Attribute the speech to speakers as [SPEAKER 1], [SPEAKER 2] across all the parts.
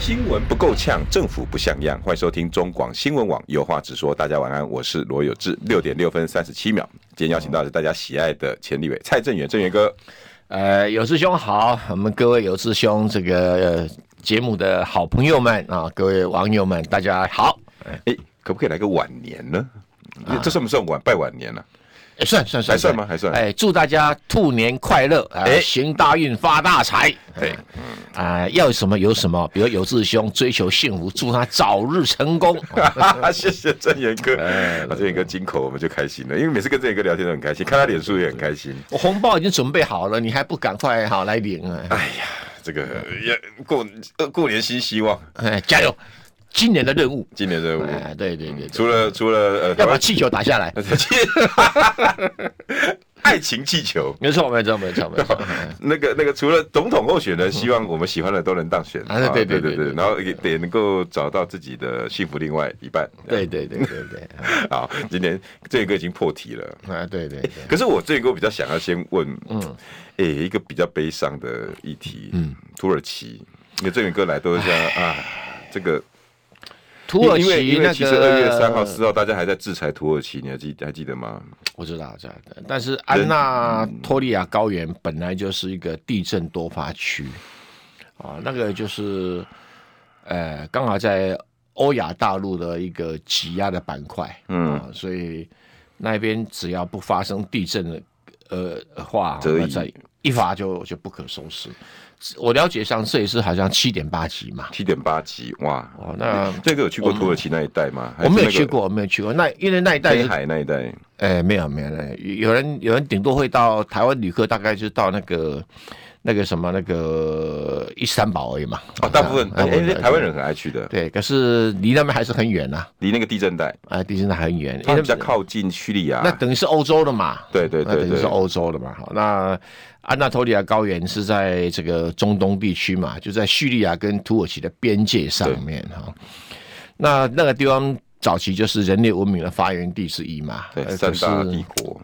[SPEAKER 1] 新闻不够呛，政府不像样。欢迎收听中广新闻网，有话直说。大家晚安，我是罗有志。六点六分三十七秒，今天邀请到的是大家喜爱的前立委蔡正元，正元哥。
[SPEAKER 2] 呃，有志兄好，我们各位有志兄这个、呃节目的好朋友们啊，各位网友们，大家好。
[SPEAKER 1] 哎，可不可以来个晚年呢？
[SPEAKER 2] 啊
[SPEAKER 1] 这算不算晚拜晚年啊呢、
[SPEAKER 2] 哎算算算，
[SPEAKER 1] 还算吗还算
[SPEAKER 2] 哎，祝大家兔年快乐，
[SPEAKER 1] 哎
[SPEAKER 2] 哎，行大运，发大财。
[SPEAKER 1] 对，
[SPEAKER 2] 啊、要有什么有什么，比如有志兄追求幸福，祝他早日成 功。
[SPEAKER 1] 哎 谢谢正元哥，
[SPEAKER 2] 哎
[SPEAKER 1] 把正元哥金口我们就开心了，因为每次跟正元哥聊天都很开心，看他脸书也很开心。
[SPEAKER 2] 我哦红包已经准备好了，你还不赶快好来领啊？
[SPEAKER 1] 哎呀，这个也过呃过年新希望，
[SPEAKER 2] 哎，加油，今年的任务。
[SPEAKER 1] 今年任务
[SPEAKER 2] 哎，对对对对，
[SPEAKER 1] 除了除了呃，台
[SPEAKER 2] 要把
[SPEAKER 1] 湾
[SPEAKER 2] 气球打下来。
[SPEAKER 1] 爱情气球。
[SPEAKER 2] 没错，没错，没错，没错。哎
[SPEAKER 1] 那个那个，除了总统候选人，希望我们喜欢的都能当选。
[SPEAKER 2] 啊对对
[SPEAKER 1] 对
[SPEAKER 2] 对对
[SPEAKER 1] 然后也也能够找到自己的幸福另外一半。
[SPEAKER 2] 对对对对对，
[SPEAKER 1] 好，今年这个已经破题了。
[SPEAKER 2] 啊，对对对。
[SPEAKER 1] 可是我这个我比较想要先问，嗯，哎、一个比较悲伤的议题，嗯，土耳其，你的郑源哥来都是这样啊，这个
[SPEAKER 2] 土耳
[SPEAKER 1] 因为
[SPEAKER 2] 其
[SPEAKER 1] 因
[SPEAKER 2] 那
[SPEAKER 1] 为
[SPEAKER 2] 个
[SPEAKER 1] 其实二月三号、四号大家还在制裁土耳其，你还记还记得吗？
[SPEAKER 2] 我知道，知道。但是安纳托利亚高原本来就是一个地震多发区，啊，那个就是呃，刚好在欧亚大陆的一个挤压的板块，嗯、啊，所以那边只要不发生地震的呃话，
[SPEAKER 1] 则已
[SPEAKER 2] 那在一发就就不可收拾。我了解上这一次好像七点八级嘛，
[SPEAKER 1] 七点八级，哇，
[SPEAKER 2] 哦，那
[SPEAKER 1] 这个有去过土耳其那一带吗？
[SPEAKER 2] 我没有
[SPEAKER 1] 还是
[SPEAKER 2] 去
[SPEAKER 1] 那个
[SPEAKER 2] 过，我没有去过。那因为那一带
[SPEAKER 1] 黑
[SPEAKER 2] 是
[SPEAKER 1] 海那一带，
[SPEAKER 2] 哎，没有没有，没有有人有人顶多会到台湾旅客，大概就到那个那个什么那个伊斯坦堡而已嘛。啊
[SPEAKER 1] 哦，大部分
[SPEAKER 2] 大
[SPEAKER 1] 哎、
[SPEAKER 2] 部分
[SPEAKER 1] 哎台湾人很爱去的，
[SPEAKER 2] 对，可是离那边还是很远呐、
[SPEAKER 1] 离那个地震带，
[SPEAKER 2] 啊，地震带很远，
[SPEAKER 1] 它
[SPEAKER 2] 因为
[SPEAKER 1] 比较靠近叙利亚
[SPEAKER 2] 那。等于是欧洲的嘛。
[SPEAKER 1] 对对对
[SPEAKER 2] 那等于
[SPEAKER 1] 对
[SPEAKER 2] 是欧洲的嘛。好，那安纳托利亚高原是在这个中东地区嘛，就在叙利亚跟土耳其的边界上面哈。那那个地方早期就是人类文明的发源地之一嘛。
[SPEAKER 1] 对，
[SPEAKER 2] 呃
[SPEAKER 1] 三
[SPEAKER 2] 可是
[SPEAKER 1] 大帝国，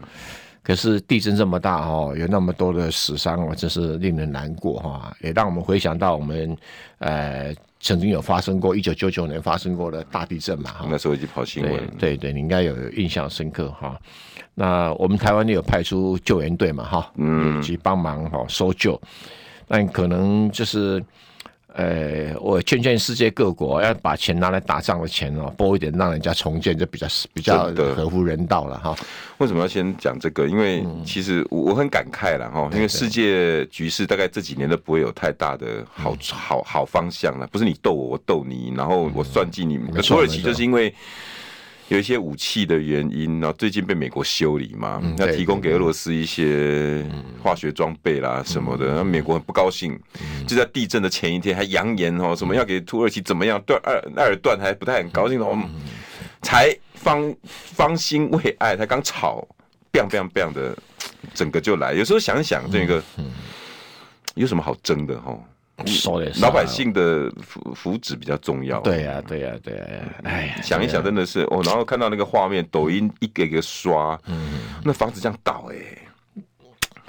[SPEAKER 2] 可是地震这么大哦，有那么多的死伤，我真是令人难过哈、也让我们回想到我们呃曾经有发生过一九九九年发生过的大地震嘛哈、
[SPEAKER 1] 那时候已经跑新
[SPEAKER 2] 对
[SPEAKER 1] 闻，
[SPEAKER 2] 对对，你应该有印象深刻哈、那我们台湾也有派出救援队嘛哈、嗯，去帮忙哈、搜救，但可能就是。呃，我劝劝世界各国要把钱拿来打仗的钱哦，拨一点让人家重建，就比较比较
[SPEAKER 1] 真的
[SPEAKER 2] 合乎人道了哦哈。
[SPEAKER 1] 为什么要先讲这个？因为
[SPEAKER 2] 嗯
[SPEAKER 1] 其实我我很感慨了哈，因为世界局势大概这几年都不会有太大的
[SPEAKER 2] 嗯
[SPEAKER 1] 好好好方向了，不是你斗我，我斗你，然后我算计你。
[SPEAKER 2] 嗯没错
[SPEAKER 1] 土耳其
[SPEAKER 2] 没错
[SPEAKER 1] 就是因为。有一些武器的原因，然后最近被美国修理嘛，那
[SPEAKER 2] 对
[SPEAKER 1] 提供给俄罗斯一些
[SPEAKER 2] 嗯
[SPEAKER 1] 化学装备啦什么的，那美国很不高兴，
[SPEAKER 2] 嗯
[SPEAKER 1] 就在地震的前一天还扬言哦，什么要给土耳其怎么样，对埃尔埃尔段还不太很高兴
[SPEAKER 2] 嗯
[SPEAKER 1] 哦，才方方兴未艾，才刚吵，biang biang biang 的，整个就来。有时候想一想，这个
[SPEAKER 2] 嗯
[SPEAKER 1] 有什么好争的哈？
[SPEAKER 2] 说的也是啊
[SPEAKER 1] 老百姓的福福祉比较重要。，啊
[SPEAKER 2] 对呀、对呀、对呀、哎呀，
[SPEAKER 1] 哦想一想，真的是哦。然后看到那个画面，抖音一个一个刷，
[SPEAKER 2] 嗯
[SPEAKER 1] 那房子这样倒哎、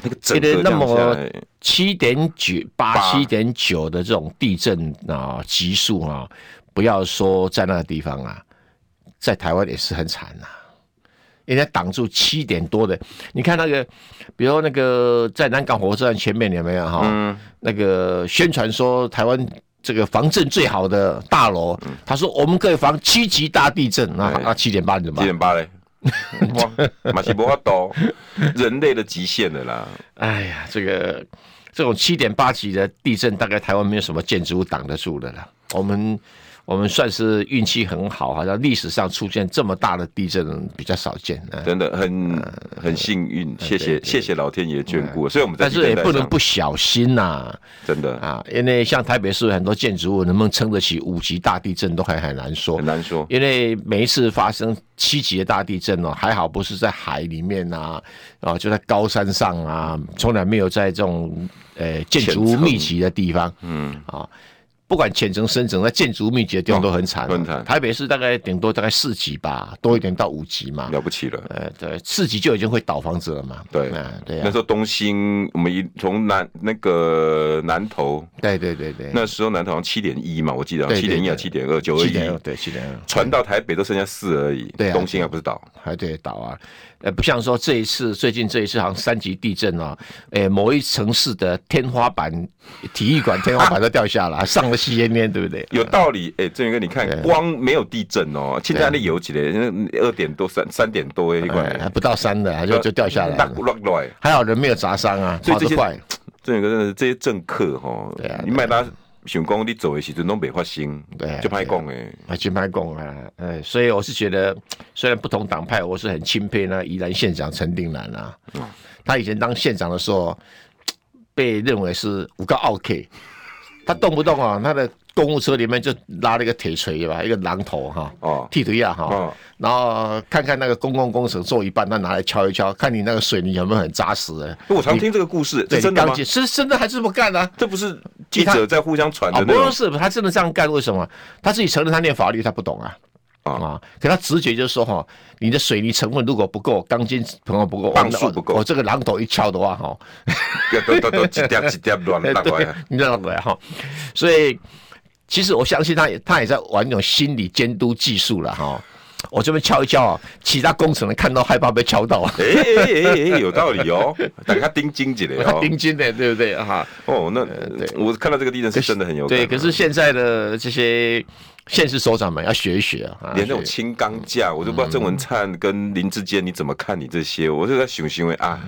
[SPEAKER 1] 那个整
[SPEAKER 2] 一
[SPEAKER 1] 个这
[SPEAKER 2] 个那
[SPEAKER 1] 样
[SPEAKER 2] 么
[SPEAKER 1] 下来，
[SPEAKER 2] 七点九八
[SPEAKER 1] 八
[SPEAKER 2] 七点九的这种地震啊级数啊，不要说在那个地方啊，在台湾也是很惨呐、人家挡住七点多的，你看那个，比如那个在南港火车站前面有没有哈、
[SPEAKER 1] 嗯
[SPEAKER 2] 那个宣传说台湾这个防震最好的大楼，他说我们可以防七级大地震，那
[SPEAKER 1] 嗯对
[SPEAKER 2] 那七点八你怎么
[SPEAKER 1] 几
[SPEAKER 2] 办？
[SPEAKER 1] 点八 嘞？哇，马西伯法抖，人类的极限了 啦。
[SPEAKER 2] 哎呀，这个这种七点八级的地震，大概台湾没有什么建筑物挡得住的啦。我们我们算是运气很好，好像历史上出现这么大的地震比较少见啊。
[SPEAKER 1] 真的很很幸运，
[SPEAKER 2] 呃
[SPEAKER 1] 谢谢谢谢老天爷眷顾，所以我们在
[SPEAKER 2] 但是也
[SPEAKER 1] 地震带
[SPEAKER 2] 不能
[SPEAKER 1] 上
[SPEAKER 2] 不小心呐、
[SPEAKER 1] 真
[SPEAKER 2] 啊，
[SPEAKER 1] 的
[SPEAKER 2] 因为像台北市很多建筑物能不能撑得起五级大地震都还很难说
[SPEAKER 1] 很。难说，
[SPEAKER 2] 因为每一次发生七级的大地震哦，还好不是在海里面呐、啊，就在高山上啊，从来没有在这种呃建筑物密集的地方，嗯啊，不管浅层深层，在建筑物密集的地方都很惨、啊
[SPEAKER 1] 很惨
[SPEAKER 2] 台北市大概顶多大概四级吧，多一点到五级嘛，
[SPEAKER 1] 了不起了。
[SPEAKER 2] 呃，对，四级就已经会倒房子了嘛，
[SPEAKER 1] 对
[SPEAKER 2] 啊，对
[SPEAKER 1] 那
[SPEAKER 2] 啊
[SPEAKER 1] 时，候东兴，我们一从南那个南投，
[SPEAKER 2] 对对对对，
[SPEAKER 1] 那时候南投好像七点一嘛，我记得
[SPEAKER 2] 对
[SPEAKER 1] 七
[SPEAKER 2] 对
[SPEAKER 1] 点一啊，
[SPEAKER 2] 对
[SPEAKER 1] 七点二，九二
[SPEAKER 2] 七点二，
[SPEAKER 1] 一，
[SPEAKER 2] 对七点二，
[SPEAKER 1] 传到台北都剩下四而已。
[SPEAKER 2] 对啊
[SPEAKER 1] 东兴还不是倒，
[SPEAKER 2] 还得倒啊，呃，不像说这一次最近这一次好像三级地震啊，呃，某一城市的天花板，体育馆天花板都掉下来， 上了吸烟烟，对不对？
[SPEAKER 1] 有道理。哎，郑源哥，你看光没有地震哦，现在那有几嘞，二点多三三点多哎，一块
[SPEAKER 2] 啊哎还不到三的啊，就就掉下来
[SPEAKER 1] 大
[SPEAKER 2] 了，
[SPEAKER 1] 落落来。
[SPEAKER 2] 还好人没有砸伤啊，
[SPEAKER 1] 所以
[SPEAKER 2] 划
[SPEAKER 1] 这
[SPEAKER 2] 得
[SPEAKER 1] 些
[SPEAKER 2] 快，
[SPEAKER 1] 郑源哥真的是这些政客哈
[SPEAKER 2] 对啊，
[SPEAKER 1] 你卖他想讲你走的时阵拢没发生
[SPEAKER 2] 对啊，
[SPEAKER 1] 就拍讲哎。
[SPEAKER 2] 啊，去拍供啊，哎，所以我是觉得，虽然不同党派，我是很钦佩那宜兰县长陈定南啊，
[SPEAKER 1] 嗯
[SPEAKER 2] 他以前当县长的时候，被认为是五个奥 K，他动不动啊，他的公务车里面就拉了一个铁锤吧，一个榔头哈、
[SPEAKER 1] 哦
[SPEAKER 2] 剃腿啊
[SPEAKER 1] 哦
[SPEAKER 2] 哈，然后看看那个公共工程做一半，他拿来敲一敲，看你那个水泥有没有很扎实的。
[SPEAKER 1] 我常听这个故事，这
[SPEAKER 2] 对，
[SPEAKER 1] 真
[SPEAKER 2] 啊你
[SPEAKER 1] 的
[SPEAKER 2] 刚
[SPEAKER 1] 吗？
[SPEAKER 2] 进是真的还是这么干啊？
[SPEAKER 1] 这不是记者在互相传
[SPEAKER 2] 啊、
[SPEAKER 1] 的哦
[SPEAKER 2] 不
[SPEAKER 1] 那
[SPEAKER 2] 过
[SPEAKER 1] 种
[SPEAKER 2] 是他真的这样干，为什么？他自己承认他念法律，他不懂啊。
[SPEAKER 1] 啊
[SPEAKER 2] 啊！可他直觉就是说哈，你的水泥成分如果不够，钢筋成分不够，
[SPEAKER 1] 磅数不够
[SPEAKER 2] 我这个榔头一敲的话哈，
[SPEAKER 1] 对对对，几点几点乱啊
[SPEAKER 2] 哎
[SPEAKER 1] 大
[SPEAKER 2] 对
[SPEAKER 1] 呀，
[SPEAKER 2] 你知道对哈？所以其实我相信他也他也在玩一种心理监督技术了哈。我这边敲一敲啊，其他工程人看到害怕被敲到啊，
[SPEAKER 1] 哎哎哎哎，有道理哦，等他盯紧几嘞
[SPEAKER 2] 他
[SPEAKER 1] 哦。
[SPEAKER 2] 钉筋的，对不对哈？
[SPEAKER 1] 哦，那我看到这个地震是真的很有感
[SPEAKER 2] 呃对，
[SPEAKER 1] 啊
[SPEAKER 2] 可是现在的这些县市首长们要学一学啊，啊
[SPEAKER 1] 连那
[SPEAKER 2] 学
[SPEAKER 1] 种轻钢架，
[SPEAKER 2] 嗯
[SPEAKER 1] 我都不知道郑文灿跟林志坚你怎么看你这些，我就在想行为啊，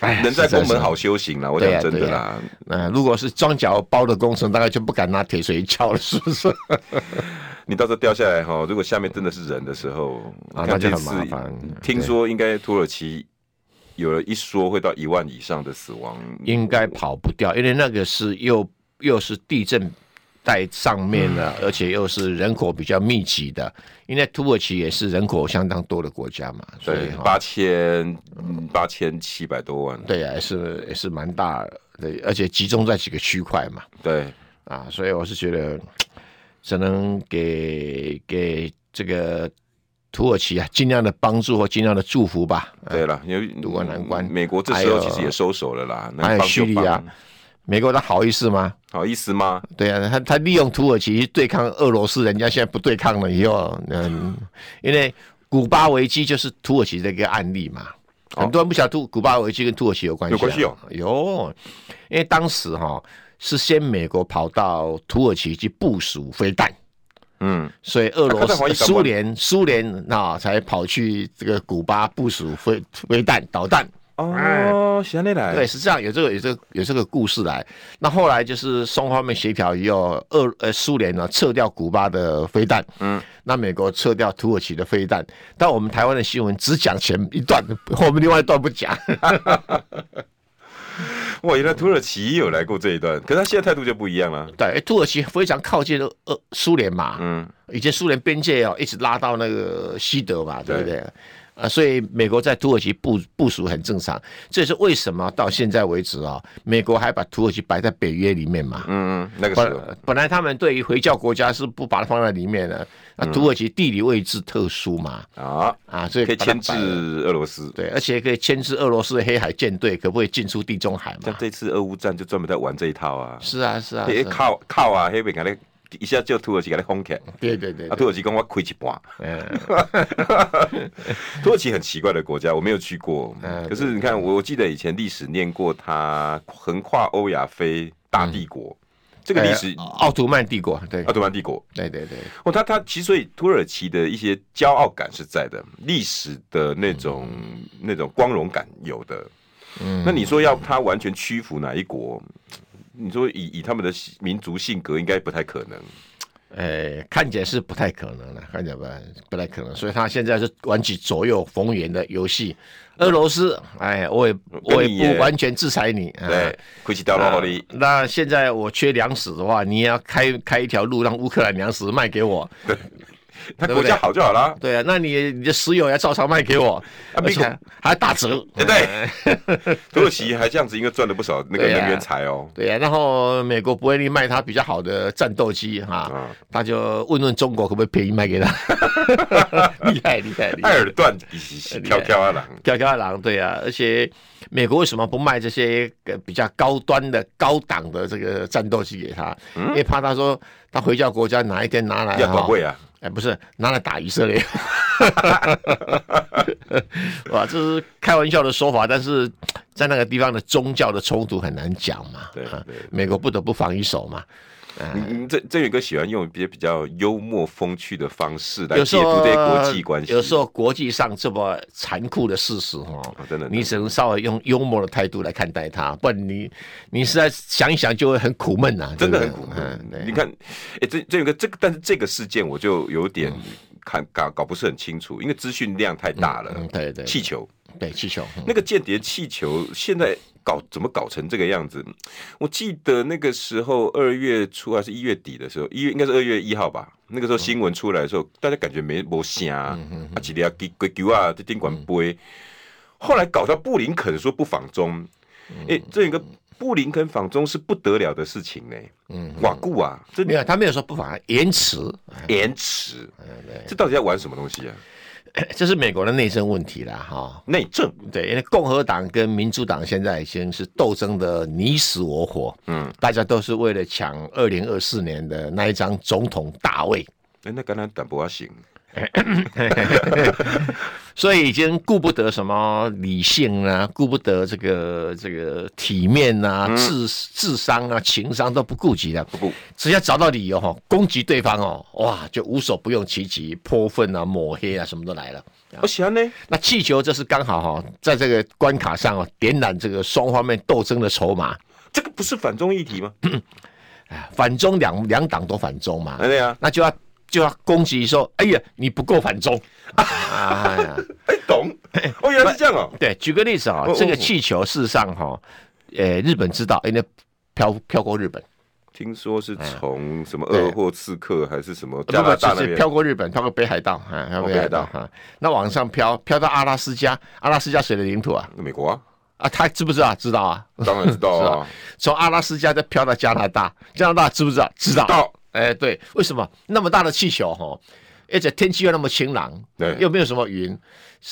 [SPEAKER 2] 哎
[SPEAKER 1] 人在
[SPEAKER 2] 实
[SPEAKER 1] 宫
[SPEAKER 2] 是
[SPEAKER 1] 门好修行啦，我
[SPEAKER 2] 对
[SPEAKER 1] 讲
[SPEAKER 2] 啊
[SPEAKER 1] 真的
[SPEAKER 2] 对
[SPEAKER 1] 啦
[SPEAKER 2] 啊，呃，如果是装脚包的工程，大概就不敢拿铁锤敲了，是 不是？
[SPEAKER 1] 你到时候掉下来哈，如果下面真的是人的时候，
[SPEAKER 2] 啊
[SPEAKER 1] 你
[SPEAKER 2] 那
[SPEAKER 1] 看
[SPEAKER 2] 就
[SPEAKER 1] 这
[SPEAKER 2] 很麻
[SPEAKER 1] 次
[SPEAKER 2] 烦
[SPEAKER 1] 听说应该土耳其有了一说会到一万以上的死亡，
[SPEAKER 2] 应该跑不掉，因为那个是又又是地震带上面的，
[SPEAKER 1] 嗯
[SPEAKER 2] 而且又是人口比较密集的，因为土耳其也是人口相当多的国家嘛，所以
[SPEAKER 1] 对，
[SPEAKER 2] 哈
[SPEAKER 1] 八千嗯八千七百多万，
[SPEAKER 2] 对啊，也是也是蛮大的，而且集中在几个区块嘛，
[SPEAKER 1] 对，
[SPEAKER 2] 啊，所以我是觉得只能给给这个土耳其啊，尽量的帮助和尽量的祝福吧，啊
[SPEAKER 1] 对了，因为嗯
[SPEAKER 2] 渡过难关哎
[SPEAKER 1] 美国这时候
[SPEAKER 2] 还有
[SPEAKER 1] 其实也收手了啦，能
[SPEAKER 2] 还有
[SPEAKER 1] 帮
[SPEAKER 2] 叙
[SPEAKER 1] 就
[SPEAKER 2] 利亚
[SPEAKER 1] 帮，，
[SPEAKER 2] 美国他好意思吗？
[SPEAKER 1] 好意思吗？
[SPEAKER 2] 对啊，他他利用土耳其去对抗俄罗斯，人家现在不对抗了以后， 嗯，因为古巴危机就是土耳其的一个案例嘛。
[SPEAKER 1] 哦
[SPEAKER 2] 很多人不晓得土古巴危机跟土耳其有关系、啊，
[SPEAKER 1] 有关系哦
[SPEAKER 2] 有，因为当时哈、是先美国跑到土耳其去部署飞弹，
[SPEAKER 1] 嗯，
[SPEAKER 2] 所以俄罗
[SPEAKER 1] 啊看在华
[SPEAKER 2] 斯、
[SPEAKER 1] 裔感官
[SPEAKER 2] 苏联、苏联啊才跑去这个古巴部署飞飞弹导弹。
[SPEAKER 1] 哦，想你来，
[SPEAKER 2] 对，，是这样，有这个有这个有这个故事来。那后来就是双方面协调以后，俄呃苏联呢撤掉古巴的飞弹，嗯，那美国撤掉土耳其的飞弹，但我们台湾的新闻只讲前一段，我们另外一段不 讲。
[SPEAKER 1] 哇，原来土耳其也有来过这一段，可是他现在态度就不一样了，
[SPEAKER 2] 对，诶土耳其非常靠近呃苏联嘛，
[SPEAKER 1] 嗯，
[SPEAKER 2] 以前苏联边界哦一直拉到那个西德嘛，对不
[SPEAKER 1] 对
[SPEAKER 2] 对？啊，所以美国在土耳其部部署很正常，这也是为什么到现在为止啊、美国还把土耳其摆在北约里面嘛，
[SPEAKER 1] 嗯嗯，那个时候
[SPEAKER 2] 本本来他们对于回教国家是不把它放在里面的，那土耳其地理位置特殊嘛，
[SPEAKER 1] 啊，
[SPEAKER 2] 啊，所以
[SPEAKER 1] 可以
[SPEAKER 2] 把它
[SPEAKER 1] 牵制
[SPEAKER 2] 摆了
[SPEAKER 1] 俄罗斯，
[SPEAKER 2] 对，而且可以牵制俄罗斯的黑海舰队，可不可以进出地中海
[SPEAKER 1] 像
[SPEAKER 2] 嘛？
[SPEAKER 1] 这次俄乌战就专门在玩这一套啊，
[SPEAKER 2] 是啊，是啊，
[SPEAKER 1] 哎
[SPEAKER 2] 是啊
[SPEAKER 1] 靠靠啊，黑北给他一下就土耳其给他轰起来，
[SPEAKER 2] 对对对
[SPEAKER 1] 啊，
[SPEAKER 2] 对，
[SPEAKER 1] 土耳其跟我亏一半。
[SPEAKER 2] 嗯，
[SPEAKER 1] 土耳其很奇怪的国家，我没有去过。
[SPEAKER 2] 嗯
[SPEAKER 1] 可是你看，我我记得以前历史念过它横跨欧亚非大帝国，这个历史
[SPEAKER 2] 呃奥图曼帝国，对
[SPEAKER 1] 奥，斯曼帝国。
[SPEAKER 2] 对对对，
[SPEAKER 1] 哦，它它其实所以土耳其的一些骄傲感是在的，历史的那种、
[SPEAKER 2] 嗯
[SPEAKER 1] 那种光荣感有的。那你说要它完全屈服哪一国？你说以以他们的民族性格，应该不太可能。
[SPEAKER 2] 呃，看起来是不太可能了，看起来不太不太可能，所以他现在是玩起左右逢源的游戏。俄罗斯，哎，我也我
[SPEAKER 1] 跟你
[SPEAKER 2] 也
[SPEAKER 1] 也
[SPEAKER 2] 不完全制裁你，啊
[SPEAKER 1] 对，亏起到了里，
[SPEAKER 2] 那现在我缺粮食的话，你也要开开一条路让乌克兰粮食卖给我，
[SPEAKER 1] 他
[SPEAKER 2] 对不
[SPEAKER 1] 国
[SPEAKER 2] 对
[SPEAKER 1] 家好就好啦。
[SPEAKER 2] 对啊，那你你的石油要照常卖给我，
[SPEAKER 1] 啊
[SPEAKER 2] 而且
[SPEAKER 1] 美国
[SPEAKER 2] 还打折，
[SPEAKER 1] 对不对？土耳其还这样子，应该赚了不少那个
[SPEAKER 2] 对啊
[SPEAKER 1] 能源财哦。
[SPEAKER 2] 对呀、然后美国不会卖他比较好的战斗机哈，
[SPEAKER 1] 啊
[SPEAKER 2] 他就问问中国可不可以便宜卖给他，厉害厉害厉
[SPEAKER 1] 埃
[SPEAKER 2] 害，
[SPEAKER 1] 尔段
[SPEAKER 2] 厉害
[SPEAKER 1] 跳跳啊郎，
[SPEAKER 2] 跳跳狼啊对啊，而且美国为什么不卖这些呃比较高端的高档的这个战斗机给他？因为怕他说他回教国家哪一天拿来
[SPEAKER 1] 要
[SPEAKER 2] 哈
[SPEAKER 1] 管会啊，
[SPEAKER 2] 哎，不是拿来打以色列， 哇，这是开玩笑的说法，但是在那个地方的宗教的冲突很难讲嘛。
[SPEAKER 1] 对
[SPEAKER 2] 啊
[SPEAKER 1] 对
[SPEAKER 2] 美国不得不防一手嘛。啊
[SPEAKER 1] 嗯，这这宇哥喜欢用一些比较幽默风趣的方式来
[SPEAKER 2] 有时
[SPEAKER 1] 解
[SPEAKER 2] 候啊
[SPEAKER 1] 读这些国际关系。
[SPEAKER 2] 有时候国际上这么残酷的事实哦
[SPEAKER 1] 啊，真的
[SPEAKER 2] 你只能稍微用幽默的态度来看待它，不然你你实在想一想就会很苦闷呐、
[SPEAKER 1] 真的
[SPEAKER 2] 对
[SPEAKER 1] 很
[SPEAKER 2] 不对
[SPEAKER 1] 苦
[SPEAKER 2] 嗯，对
[SPEAKER 1] 你看，哎，这这个这个，但是这个事件我就有点
[SPEAKER 2] 嗯
[SPEAKER 1] 看搞搞不是很清楚，因为资讯量太大了。
[SPEAKER 2] 嗯，对对
[SPEAKER 1] 气球
[SPEAKER 2] 对气球，嗯
[SPEAKER 1] 那个间谍气球现在搞怎么搞成这个样子？我记得那个时候二月初还是一月底的时候，一月应该是二月一号吧。那个时候新闻出来的时候，大家感觉没没声啊，啊，几粒啊，给给球啊，这宾馆杯。后来搞到布林肯说不访中，哎、这一个布林肯访中是不得了的事情呢、嗯，瓦固啊，这
[SPEAKER 2] 没有他没有说不妨碍延迟，
[SPEAKER 1] 延迟，这到底在玩什么东西啊？
[SPEAKER 2] 这是美国的内政问题啦哈、
[SPEAKER 1] 内政，
[SPEAKER 2] 对，因为共和党跟民主党现在已经是斗争的你死我活，
[SPEAKER 1] 嗯，
[SPEAKER 2] 大家都是为了抢二零二四年的那一张总统大位，
[SPEAKER 1] 哎、那刚才胆不啊行，
[SPEAKER 2] 所以已经顾不得什么理性啊，顾不得这个这个体面啊、智智商啊、情商都不顾及了，
[SPEAKER 1] 嗯顾
[SPEAKER 2] 只要找到理由哈、攻击对方哦，哇，就无所不用其极，泼粪啊、抹黑啊，什么都来了。
[SPEAKER 1] 我喜哦啊欢呢，
[SPEAKER 2] 那气球这是刚好哈、在这个关卡上哦，点燃这个双方面斗争的筹码。
[SPEAKER 1] 这个不是反中议题 吗？
[SPEAKER 2] 反中两两党都反中嘛
[SPEAKER 1] 哎，对啊，
[SPEAKER 2] 那就要就要攻击说，哎呀，你不够反中。哎呀，
[SPEAKER 1] 哎、懂，哦，原来是这样哦，
[SPEAKER 2] 对，举个例子啊、
[SPEAKER 1] 哦哦
[SPEAKER 2] 这个气球事实上哈、呃，日本知道，因为飘飘过日本，
[SPEAKER 1] 听说是从什么
[SPEAKER 2] 对
[SPEAKER 1] 鄂霍次克还是什么
[SPEAKER 2] 不
[SPEAKER 1] 加
[SPEAKER 2] 哎不，
[SPEAKER 1] 拿
[SPEAKER 2] 就
[SPEAKER 1] 大那
[SPEAKER 2] 是
[SPEAKER 1] 边哦
[SPEAKER 2] 飘过日本，飘过北海道啊，飘过北海道
[SPEAKER 1] 北
[SPEAKER 2] 哈、啊那往上飘，飘到阿拉斯加，阿拉斯加谁的领土啊？
[SPEAKER 1] 美国啊，
[SPEAKER 2] 啊，他知不知道？知道啊。
[SPEAKER 1] 当然知道啊，
[SPEAKER 2] 从阿拉斯加再飘到加拿大，加拿大知不知道？知道。
[SPEAKER 1] 到
[SPEAKER 2] 哎，对，为什么那么大的气球哈？而且天气又那么晴朗，
[SPEAKER 1] 对
[SPEAKER 2] 又没有什么云，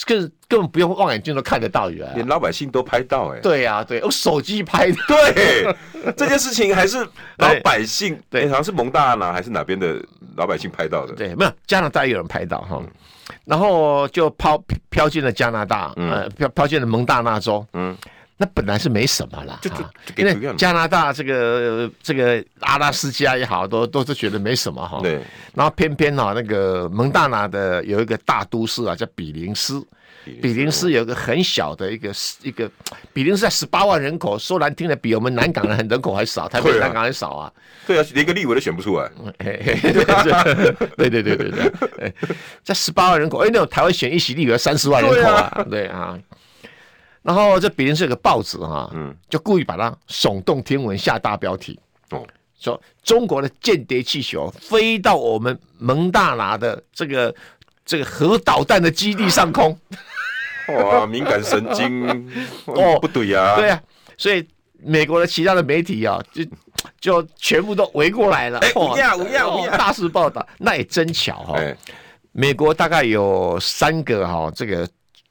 [SPEAKER 2] 根根本不用望远镜都看得到远、
[SPEAKER 1] 连老百姓都拍到哎、
[SPEAKER 2] 对呀、对，我哦手机拍的，
[SPEAKER 1] 对，这件事情还是老百姓，
[SPEAKER 2] 对
[SPEAKER 1] 对，好像是蒙大拿还是哪边的老百姓拍到的，嗯
[SPEAKER 2] 对，没有加拿大也有人拍到哈，然后就抛飘进了加拿大，呃，飘飘进了蒙大拿州，
[SPEAKER 1] 嗯，
[SPEAKER 2] 那本来是没什么啦，
[SPEAKER 1] 就就
[SPEAKER 2] 啊
[SPEAKER 1] 就给
[SPEAKER 2] 因
[SPEAKER 1] 不要
[SPEAKER 2] 为
[SPEAKER 1] 了
[SPEAKER 2] 加拿大这个这个阿拉斯加也好，都都是觉得没什么哈，
[SPEAKER 1] 对，
[SPEAKER 2] 然后偏偏啊，那个蒙大拿的有一个大都市啊，叫比林斯。比林斯有一个很小的一个一个，比林斯在十八万人口，说难听的，比我们南港的人口还少，台北
[SPEAKER 1] 对啊
[SPEAKER 2] 南港还少啊。
[SPEAKER 1] 对啊，连个立委都选不出来，
[SPEAKER 2] 嘿嘿嘿对对对对对，哎在十八万人口，哎，那种台湾选一席立委三十万人口啊，对啊。然后这比林斯有个报纸啊，
[SPEAKER 1] 嗯
[SPEAKER 2] 就故意把它耸动天文下大标题，
[SPEAKER 1] 哦，
[SPEAKER 2] 说中国的间谍气球飞到我们蒙大拿的这个这个核导弹的基地上空。
[SPEAKER 1] 哇，敏感神经，
[SPEAKER 2] 哦
[SPEAKER 1] 哦，不对啊，
[SPEAKER 2] 对啊，所以美国的其他的媒体啊，就就全部都围过来了。
[SPEAKER 1] 哎
[SPEAKER 2] 哇
[SPEAKER 1] 五亚五亚
[SPEAKER 2] 哦
[SPEAKER 1] 五亚
[SPEAKER 2] 大肆报道，那也真巧哈、
[SPEAKER 1] 哎，
[SPEAKER 2] 美国大概有三个哈、这个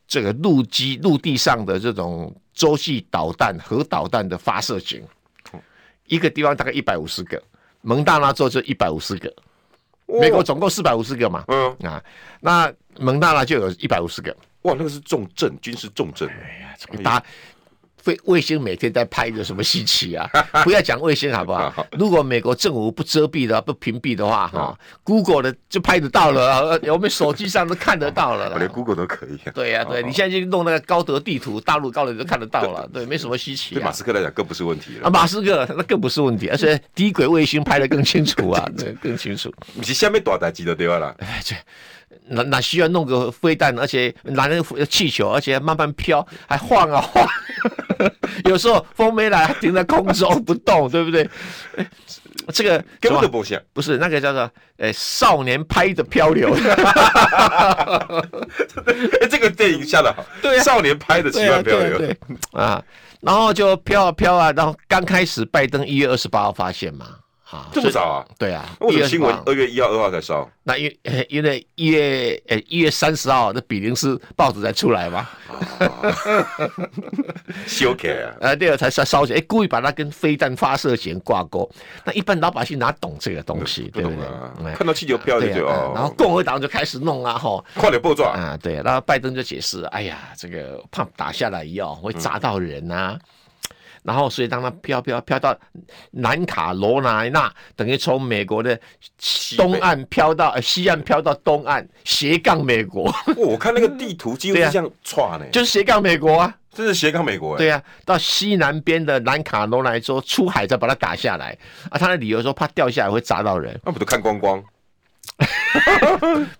[SPEAKER 2] 这个陆基陆地上的这种洲际导弹、核导弹的发射井，一个地方大概一百五十个，蒙大拿州就一百五十个，
[SPEAKER 1] 哦
[SPEAKER 2] 美国，总共四百五十个嘛。
[SPEAKER 1] 嗯，
[SPEAKER 2] 啊，那蒙大拿就有一百五十个，哎
[SPEAKER 1] 哎哇，那个是重症，军事重症，
[SPEAKER 2] 打卫卫星每天在拍着什么稀奇 啊？不要讲卫星好不好
[SPEAKER 1] 好？啊
[SPEAKER 2] 如果美国政府不遮蔽的话、不屏蔽的话，哈、g o o g l e 的就拍得到了，呃我们手机上都看得到了
[SPEAKER 1] 我哎连
[SPEAKER 2] 啦。
[SPEAKER 1] Google 都可以、啊。
[SPEAKER 2] 对呀、对，你现在去弄那个高德地图，大陆高德就看得到了，对，没什么稀奇
[SPEAKER 1] 对马
[SPEAKER 2] 啊。
[SPEAKER 1] 斯克来讲更不是问题了
[SPEAKER 2] 啊，。马斯克那更不是问题，而且低轨卫星拍得更清楚啊，对，更清楚。
[SPEAKER 1] 不是下面大代志就对了啊 啦。
[SPEAKER 2] 哎，这哪哪需要弄个飞弹，而且拿那个气球，而且慢慢飘，还晃啊晃。 有时候风没来，还停在空中不动，对 不对？哎这个
[SPEAKER 1] 根本就
[SPEAKER 2] 什么
[SPEAKER 1] 不像，
[SPEAKER 2] 不是那个叫做呃、少年拍的漂流，
[SPEAKER 1] 哎，这个电影下的好，
[SPEAKER 2] 对啊
[SPEAKER 1] 少年拍的奇
[SPEAKER 2] 对啊
[SPEAKER 1] 幻漂
[SPEAKER 2] 对啊
[SPEAKER 1] 流，
[SPEAKER 2] 对 啊，然后就飘啊飘啊，然后刚开始拜登一月二十八号发现嘛，啊，
[SPEAKER 1] 这么早啊？
[SPEAKER 2] 对啊，
[SPEAKER 1] 为什么
[SPEAKER 2] 1月
[SPEAKER 1] 新闻
[SPEAKER 2] 28
[SPEAKER 1] 二月一号、二号才烧？
[SPEAKER 2] 那因呃因为 一月呃一月三十号，那比林斯报纸才出 来嘛，
[SPEAKER 1] 修改啊，
[SPEAKER 2] 呃，第二才烧烧起来，哎，故意把它跟飞弹发射前挂钩。那一般老百姓哪懂这个东西，
[SPEAKER 1] 不
[SPEAKER 2] 对不
[SPEAKER 1] 懂
[SPEAKER 2] 对？
[SPEAKER 1] 啊
[SPEAKER 2] 嗯，
[SPEAKER 1] 看到气球飘就
[SPEAKER 2] 对
[SPEAKER 1] 就
[SPEAKER 2] 啊嗯然后
[SPEAKER 1] 哦，
[SPEAKER 2] 共和党就开始弄啊，吼
[SPEAKER 1] 快点报抓，
[SPEAKER 2] 啊，对，然后拜登就解释，哎呀，这个怕打下来以后会砸到人啊。然后，所以当它飘飘飘到南卡罗来纳，等于从美国的
[SPEAKER 1] 西北
[SPEAKER 2] 东岸飘到、呃、西岸飘到东岸，斜杠美国，
[SPEAKER 1] 哇我看那个地图几乎
[SPEAKER 2] 对啊
[SPEAKER 1] 是这样歘呢，
[SPEAKER 2] 就是斜杠美国啊。
[SPEAKER 1] 真是斜杠美国哎。
[SPEAKER 2] 对啊，到西南边的南卡罗来州出海再把它打下来啊。他的理由说怕掉下来会砸到人。
[SPEAKER 1] 那不都看光光，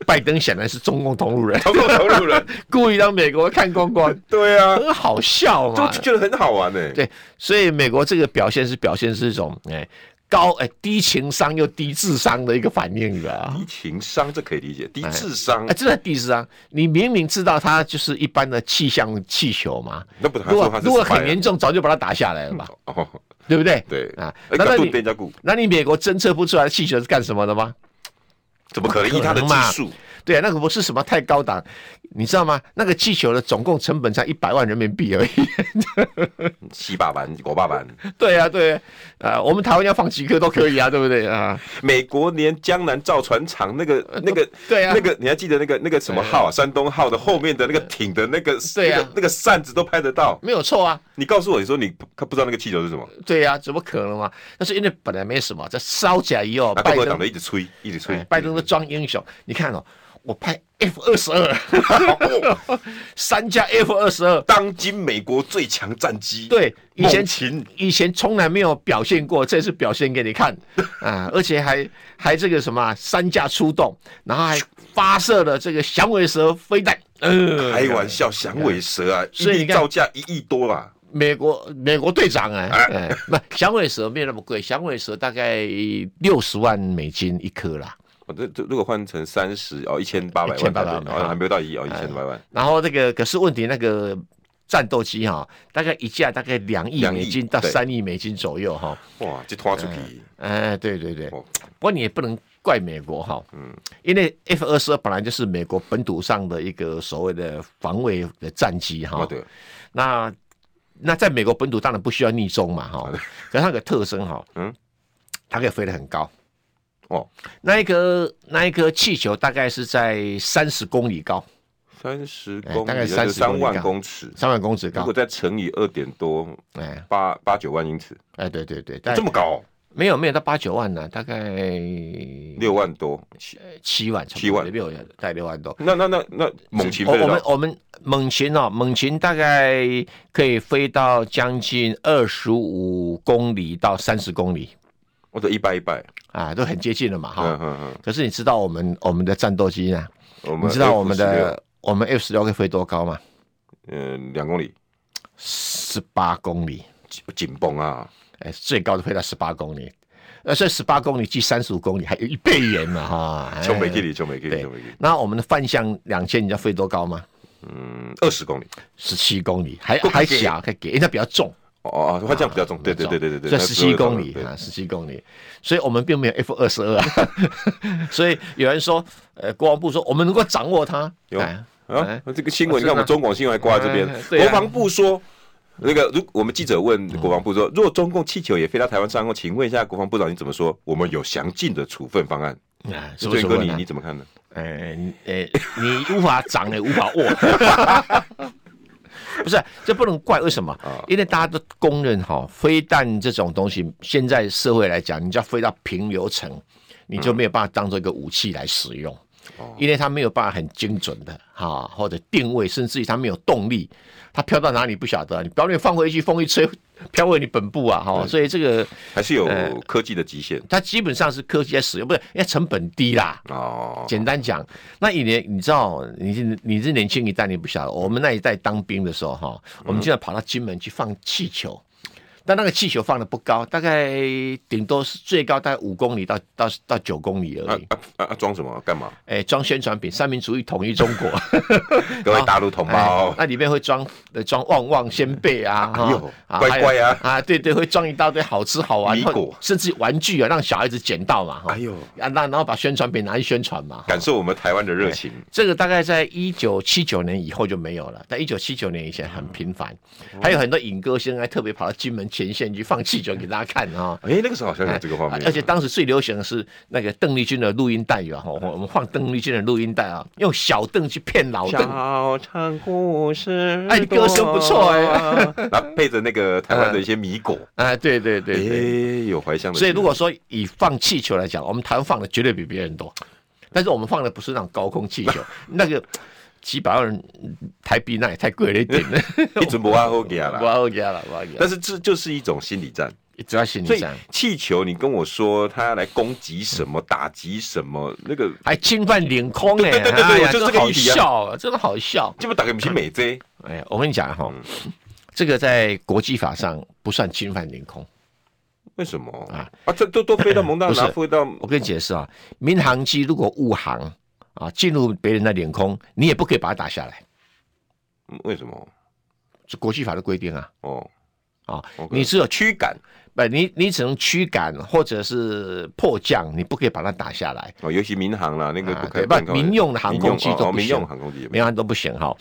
[SPEAKER 2] 拜登显然是中共同路人，
[SPEAKER 1] 投入投入 了，
[SPEAKER 2] 故意让美国看光光，
[SPEAKER 1] 对啊，
[SPEAKER 2] 很好笑
[SPEAKER 1] 就
[SPEAKER 2] 嘛。
[SPEAKER 1] 就觉得很好玩呢。
[SPEAKER 2] 对，所以美国这个表现是表现是一种哎、高哎、低情商又低智商的一个反应啊。
[SPEAKER 1] 低情商这可以理解，低智商
[SPEAKER 2] 啊，这是低智商！你明明知道它就是一般的气象气球嘛，
[SPEAKER 1] 那不能
[SPEAKER 2] 如
[SPEAKER 1] 说
[SPEAKER 2] 果
[SPEAKER 1] 他是
[SPEAKER 2] 如果
[SPEAKER 1] spy 啊
[SPEAKER 2] 很严重，早就把它打下来了嘛，
[SPEAKER 1] 哦，
[SPEAKER 2] 对不对？
[SPEAKER 1] 对
[SPEAKER 2] 啊
[SPEAKER 1] 哎
[SPEAKER 2] 那那
[SPEAKER 1] 搞
[SPEAKER 2] 你
[SPEAKER 1] 盾人家股
[SPEAKER 2] 那你美国侦测不出来气球是干什么的吗？
[SPEAKER 1] 怎么可能？以他的
[SPEAKER 2] 不可
[SPEAKER 1] 技
[SPEAKER 2] 能嘛
[SPEAKER 1] 术，
[SPEAKER 2] 对啊，那个不是什么太高档，你知道吗？那个气球的总共成本才一百万人民币而已。
[SPEAKER 1] 七八万、五八万，
[SPEAKER 2] 对啊，对啊，呃，我们台湾要放几个都可以啊，对不对啊？
[SPEAKER 1] 美国连江南造船厂那 个、那个、
[SPEAKER 2] 对啊
[SPEAKER 1] 那个你还记得那个那个什么号啊？山东号的后面的那个艇的那个、
[SPEAKER 2] 对啊
[SPEAKER 1] 那个那个扇子都拍得到。
[SPEAKER 2] 没有错啊，
[SPEAKER 1] 你告诉我，你说你不不知道那个气球是什么？
[SPEAKER 2] 对啊，怎么可能嘛？但是因为本来没什么，这烧起来以后，
[SPEAKER 1] 那
[SPEAKER 2] 呃拜
[SPEAKER 1] 共和党
[SPEAKER 2] 登
[SPEAKER 1] 的一直吹，一直吹
[SPEAKER 2] 哎。拜登都装英雄，你看哦，我拍 F 二十二， 三架 F 二十二，
[SPEAKER 1] 当今美国最强战机，，
[SPEAKER 2] 对，以前
[SPEAKER 1] 猛禽
[SPEAKER 2] 以前从来没有表现过，这次表现给你看啊！而且还还这个什么啊三架出动，然后还发射了这个响尾蛇飞弹。呃，
[SPEAKER 1] 开玩笑，响尾蛇啊，一
[SPEAKER 2] 所以你
[SPEAKER 1] 粒
[SPEAKER 2] 看
[SPEAKER 1] 造价一亿多啊啦，
[SPEAKER 2] 美国美国队长哎、
[SPEAKER 1] 啊
[SPEAKER 2] 哎，不、响尾蛇没有那么贵，响尾蛇大概六十万美金一颗啦。
[SPEAKER 1] 我哦这这如果换成三十哦，一千八百万台币，
[SPEAKER 2] 1800
[SPEAKER 1] 哦，还没有到一哦，一
[SPEAKER 2] 哎
[SPEAKER 1] 千八百万，
[SPEAKER 2] 然后那个可是问题那个。战斗机哈，大概一架大概两亿
[SPEAKER 1] 两亿
[SPEAKER 2] 美金到
[SPEAKER 1] 对
[SPEAKER 2] 三亿美金左右哈。
[SPEAKER 1] 哇，这拖出去，
[SPEAKER 2] 哎，对对对，
[SPEAKER 1] 哦
[SPEAKER 2] 不过你也不能怪美国哈，嗯，因为 F 二十二本来就是美国本土上的一个所谓的防卫的战机
[SPEAKER 1] 哦
[SPEAKER 2] 哈，
[SPEAKER 1] 对，
[SPEAKER 2] 那那在美国本土当然不需要逆中嘛哈，可是它有个特征哈，
[SPEAKER 1] 哦嗯，
[SPEAKER 2] 它可以飞得很高，
[SPEAKER 1] 哦，
[SPEAKER 2] 那一颗那一颗气球大概是在三十公里高，
[SPEAKER 1] 三十
[SPEAKER 2] 哎
[SPEAKER 1] 公里，啊
[SPEAKER 2] 大概30
[SPEAKER 1] 三
[SPEAKER 2] 公里啊
[SPEAKER 1] 万
[SPEAKER 2] 高
[SPEAKER 1] 公尺，
[SPEAKER 2] 三万公尺
[SPEAKER 1] 如
[SPEAKER 2] 高
[SPEAKER 1] 果，再乘以二点多，
[SPEAKER 2] 哎
[SPEAKER 1] 八八九万英尺，
[SPEAKER 2] 哎，对对对，但
[SPEAKER 1] 这么高哦，
[SPEAKER 2] 没有没有到八九万呢，大概
[SPEAKER 1] 六万多，七
[SPEAKER 2] 七万差不多，
[SPEAKER 1] 七万
[SPEAKER 2] 六大概六万多。
[SPEAKER 1] 那那那那猛禽
[SPEAKER 2] 我
[SPEAKER 1] 飞得
[SPEAKER 2] 我们
[SPEAKER 1] 到，
[SPEAKER 2] 我们猛禽哦，猛禽大概可以飞到将近二十五公里到三十公里
[SPEAKER 1] 或者一拜一拜，
[SPEAKER 2] 啊，都很接近了嘛哈。
[SPEAKER 1] 嗯嗯嗯，
[SPEAKER 2] 可是你知道我们我们的战斗机呢？
[SPEAKER 1] 我们哎
[SPEAKER 2] 你知道我们
[SPEAKER 1] F16
[SPEAKER 2] 的我们 F 十六可以飞多高吗？
[SPEAKER 1] 嗯两公里
[SPEAKER 2] 十八公里，
[SPEAKER 1] 紧紧绷啊，
[SPEAKER 2] 哎，最高的飞到十八公里，呃，所以十八公里距三十五公里还有一倍远呢哈。哎
[SPEAKER 1] 冲美距离，冲美距离，
[SPEAKER 2] 对
[SPEAKER 1] 冲美距离，
[SPEAKER 2] 那我们的范向两千，你知道飞多高吗？
[SPEAKER 1] 嗯，二十公里，
[SPEAKER 2] 十七公里，还还小，还给，因为它比较重。
[SPEAKER 1] 哦哦，哦换这样比较重，对对对对对对，
[SPEAKER 2] 在
[SPEAKER 1] 那
[SPEAKER 2] 啊十七
[SPEAKER 1] 12
[SPEAKER 2] 公里
[SPEAKER 1] 对
[SPEAKER 2] 啊，十七公里，所以我们并没有 F 二十二啊， 所以有人说，呃，国防部说我们能够掌握它，
[SPEAKER 1] 有
[SPEAKER 2] 哎
[SPEAKER 1] 啊
[SPEAKER 2] 哎，
[SPEAKER 1] 这个新闻，
[SPEAKER 2] 啊
[SPEAKER 1] 你看我
[SPEAKER 2] 真的
[SPEAKER 1] 们中广新闻还挂在这边
[SPEAKER 2] 哎，对啊嗯
[SPEAKER 1] 国防部说。那个，如我们记者问国防部说，若中共气球也飞到台湾上空，请问一下国防部长你怎么说？我们有详尽的处分方案。
[SPEAKER 2] 啊，是
[SPEAKER 1] 志
[SPEAKER 2] 不是
[SPEAKER 1] 远哥，
[SPEAKER 2] 问
[SPEAKER 1] 你
[SPEAKER 2] 啊
[SPEAKER 1] 你？怎么看呢？
[SPEAKER 2] 呃，你呃，你无法掌也无法握， 不是，这不能怪为什么？因为大家都公认哈，飞弹这种东西，现在社会来讲，你只要飞到平流层，你就没有办法当做一个武器来使用。因为它没有办法很精准的哈、或者定位，甚至于它没有动力，它飘到哪里不晓得，你表面放回去，风一吹，飘回你本部啊，哈、所以这个
[SPEAKER 1] 还是有科技的极限
[SPEAKER 2] 它基本上是科技在使用，不是，因为成本低啦。
[SPEAKER 1] 哦。
[SPEAKER 2] 简单讲，那一年你知道，你是你是年轻一代，你不晓得。我们那一代当兵的时候，哈，
[SPEAKER 1] 嗯
[SPEAKER 2] 我们经常跑到金门去放气球，但那个气球放的不高，大概顶多是最高大概五公里到到到九公里而
[SPEAKER 1] 啊
[SPEAKER 2] 已。
[SPEAKER 1] 啊啊！啊装什么？干嘛？
[SPEAKER 2] 哎、装宣传品，三民主义统一中 国，
[SPEAKER 1] 各位大陆同胞
[SPEAKER 2] 哎，那里面会装呃装旺旺仙贝啊，
[SPEAKER 1] 哦哎呦
[SPEAKER 2] 哈啊
[SPEAKER 1] 乖乖啊
[SPEAKER 2] 还有啊，对对，会装一大堆好吃好玩，
[SPEAKER 1] 米
[SPEAKER 2] 或
[SPEAKER 1] 果
[SPEAKER 2] 甚至玩具啊，让小孩子捡到嘛，哈
[SPEAKER 1] 哎呦
[SPEAKER 2] 啊，那然后把宣传品拿去宣传嘛，哈
[SPEAKER 1] 感受我们台湾的热情。
[SPEAKER 2] 这个大概在一九七九年以后就没有了，在一九七九年以前很频繁，
[SPEAKER 1] 哦
[SPEAKER 2] 还有很多影歌星还特别跑到金门前线去放气球给大家看啊、
[SPEAKER 1] 哎，那个时候好像有 这个画面，
[SPEAKER 2] 哎而且当时最流行的是那个邓丽君的录音带有啊，我我们放邓丽君的录音带啊，用小邓去骗老邓，
[SPEAKER 1] 小唱故事
[SPEAKER 2] 哦哎你歌声不错哎
[SPEAKER 1] 哎，然后配着那个台湾的一些米果，
[SPEAKER 2] 啊，对对对对。
[SPEAKER 1] 哎，有怀乡的。
[SPEAKER 2] 所以如果说以放气球来讲，我们台湾放的绝对比别人多，但是我们放的不是那种高空气 球，那个几百万台币那也太贵了 一点 了，
[SPEAKER 1] 一直不阿后给
[SPEAKER 2] 不
[SPEAKER 1] 啦，
[SPEAKER 2] 要给了，不要给
[SPEAKER 1] 但
[SPEAKER 2] 了，
[SPEAKER 1] 是这就是一种心理战。
[SPEAKER 2] 主要心
[SPEAKER 1] 所
[SPEAKER 2] 理
[SPEAKER 1] 以
[SPEAKER 2] 战。
[SPEAKER 1] 气球，你跟我说它要来攻击什么、打击什么，那个
[SPEAKER 2] 还侵犯领空呢、
[SPEAKER 1] 对对对对
[SPEAKER 2] 哎呀，
[SPEAKER 1] 我就
[SPEAKER 2] 真
[SPEAKER 1] 这个
[SPEAKER 2] 好
[SPEAKER 1] 意思啊
[SPEAKER 2] 笑啊，真的好笑。
[SPEAKER 1] 基本打给不是美 J
[SPEAKER 2] 哎，我跟你讲哈、
[SPEAKER 1] 嗯
[SPEAKER 2] 这个在国际法上不算侵犯领空。
[SPEAKER 1] 为什么啊
[SPEAKER 2] 啊？
[SPEAKER 1] 这都都飞到蒙大拿，
[SPEAKER 2] 不是
[SPEAKER 1] 飞到
[SPEAKER 2] 我跟你解释啊，民航机如果误航啊，进入别人的领空，你也不可以把它打下来，
[SPEAKER 1] 嗯为什么？
[SPEAKER 2] 这国际法的规定啊。
[SPEAKER 1] 哦，
[SPEAKER 2] 啊
[SPEAKER 1] OK
[SPEAKER 2] 你只有
[SPEAKER 1] 驱赶
[SPEAKER 2] 不，你你只能驱赶或者是迫降，你不可以把它打下来。
[SPEAKER 1] 哦，尤其民航啦，那个
[SPEAKER 2] 啊
[SPEAKER 1] 不可以
[SPEAKER 2] 对不
[SPEAKER 1] 乱搞
[SPEAKER 2] 民用的航空器
[SPEAKER 1] 民用
[SPEAKER 2] 都
[SPEAKER 1] 哦
[SPEAKER 2] 不
[SPEAKER 1] 民
[SPEAKER 2] 行
[SPEAKER 1] 用航空器也没
[SPEAKER 2] 没
[SPEAKER 1] 有
[SPEAKER 2] 有都不行哈。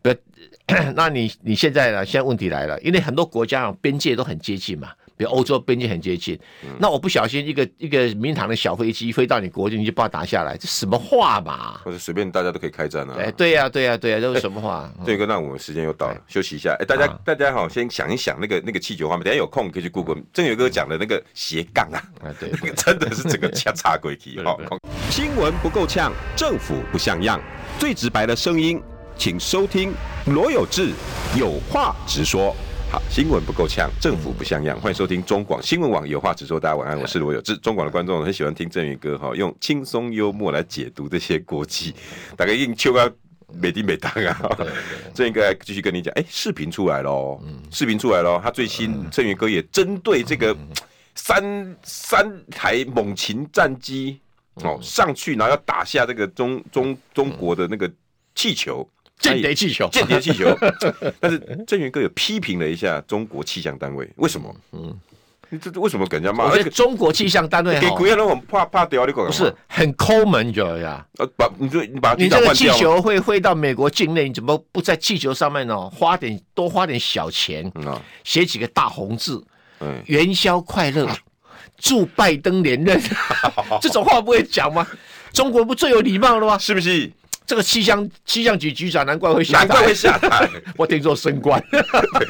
[SPEAKER 2] 不， 那你你现在呢？现在问题来了，因为很多国家啊边界都很接近嘛，比如欧洲边界很接近。
[SPEAKER 1] 嗯
[SPEAKER 2] 那我不小心一个一个民航的小飞机飞到你国境，你就把它打下来，这什么话嘛？
[SPEAKER 1] 或者随便大家都可以开战啊。
[SPEAKER 2] 哎，对呀、对呀、对呀、这是什 么话？
[SPEAKER 1] 这个，那我们时间又到了，休息一下。哎，大家
[SPEAKER 2] 啊
[SPEAKER 1] 大家好，先想一想那个那个气球画面，等一下有空可以去
[SPEAKER 2] 嗯
[SPEAKER 1] Google。郑宇哥讲的那个斜杠啊，
[SPEAKER 2] 啊，对
[SPEAKER 1] 那个 真的是整个掐叉鬼体哦。新闻不够呛，政府不像样，最直白的声音，请收听罗有志有话直说。好，新闻不够呛，政府不像样，欢迎收听中广新闻网有话直说。大家晚
[SPEAKER 2] 哎
[SPEAKER 1] 安，我是罗有志。中广的观众很喜欢听振宇哥哈，用轻松幽默来解读这些国际， 大概应秋啊。美的美当啊，这应该继续跟你讲。哎、视频出来喽，
[SPEAKER 2] 嗯
[SPEAKER 1] 视频出来喽，他最新郑宇哥也针对这个
[SPEAKER 2] 嗯
[SPEAKER 1] 三三台猛禽战机
[SPEAKER 2] 嗯
[SPEAKER 1] 哦上去，然后要打下这个中中中国的那个气球哎
[SPEAKER 2] 间谍气球，
[SPEAKER 1] 间谍气球。但是郑源哥有批评了一下中国气象单位，为什么？嗯，你这这为什么给人家骂？
[SPEAKER 2] 我
[SPEAKER 1] 而
[SPEAKER 2] 觉
[SPEAKER 1] 且
[SPEAKER 2] 得中国气象单位
[SPEAKER 1] 给
[SPEAKER 2] 哈
[SPEAKER 1] 鬼啊，那我们怕怕掉你管
[SPEAKER 2] 不
[SPEAKER 1] 干嘛
[SPEAKER 2] 是？很抠门，你知道呀？
[SPEAKER 1] 呃，把你就你把
[SPEAKER 2] 你
[SPEAKER 1] 机
[SPEAKER 2] 这
[SPEAKER 1] 长
[SPEAKER 2] 个
[SPEAKER 1] 换
[SPEAKER 2] 气
[SPEAKER 1] 掉吗。
[SPEAKER 2] 球会飞到美国境内，你怎么不在气球上面呢？花点多花点小钱，
[SPEAKER 1] 嗯啊，
[SPEAKER 2] 写几个大红字，
[SPEAKER 1] 哎，
[SPEAKER 2] 元宵快 乐，祝拜登连任，这种话不会讲吗？中国不最有礼貌了吗？
[SPEAKER 1] 是不是？
[SPEAKER 2] 这个气象气象局局长难怪会下
[SPEAKER 1] 难怪
[SPEAKER 2] 台
[SPEAKER 1] 会，下台，
[SPEAKER 2] 我听说 升官，
[SPEAKER 1] 对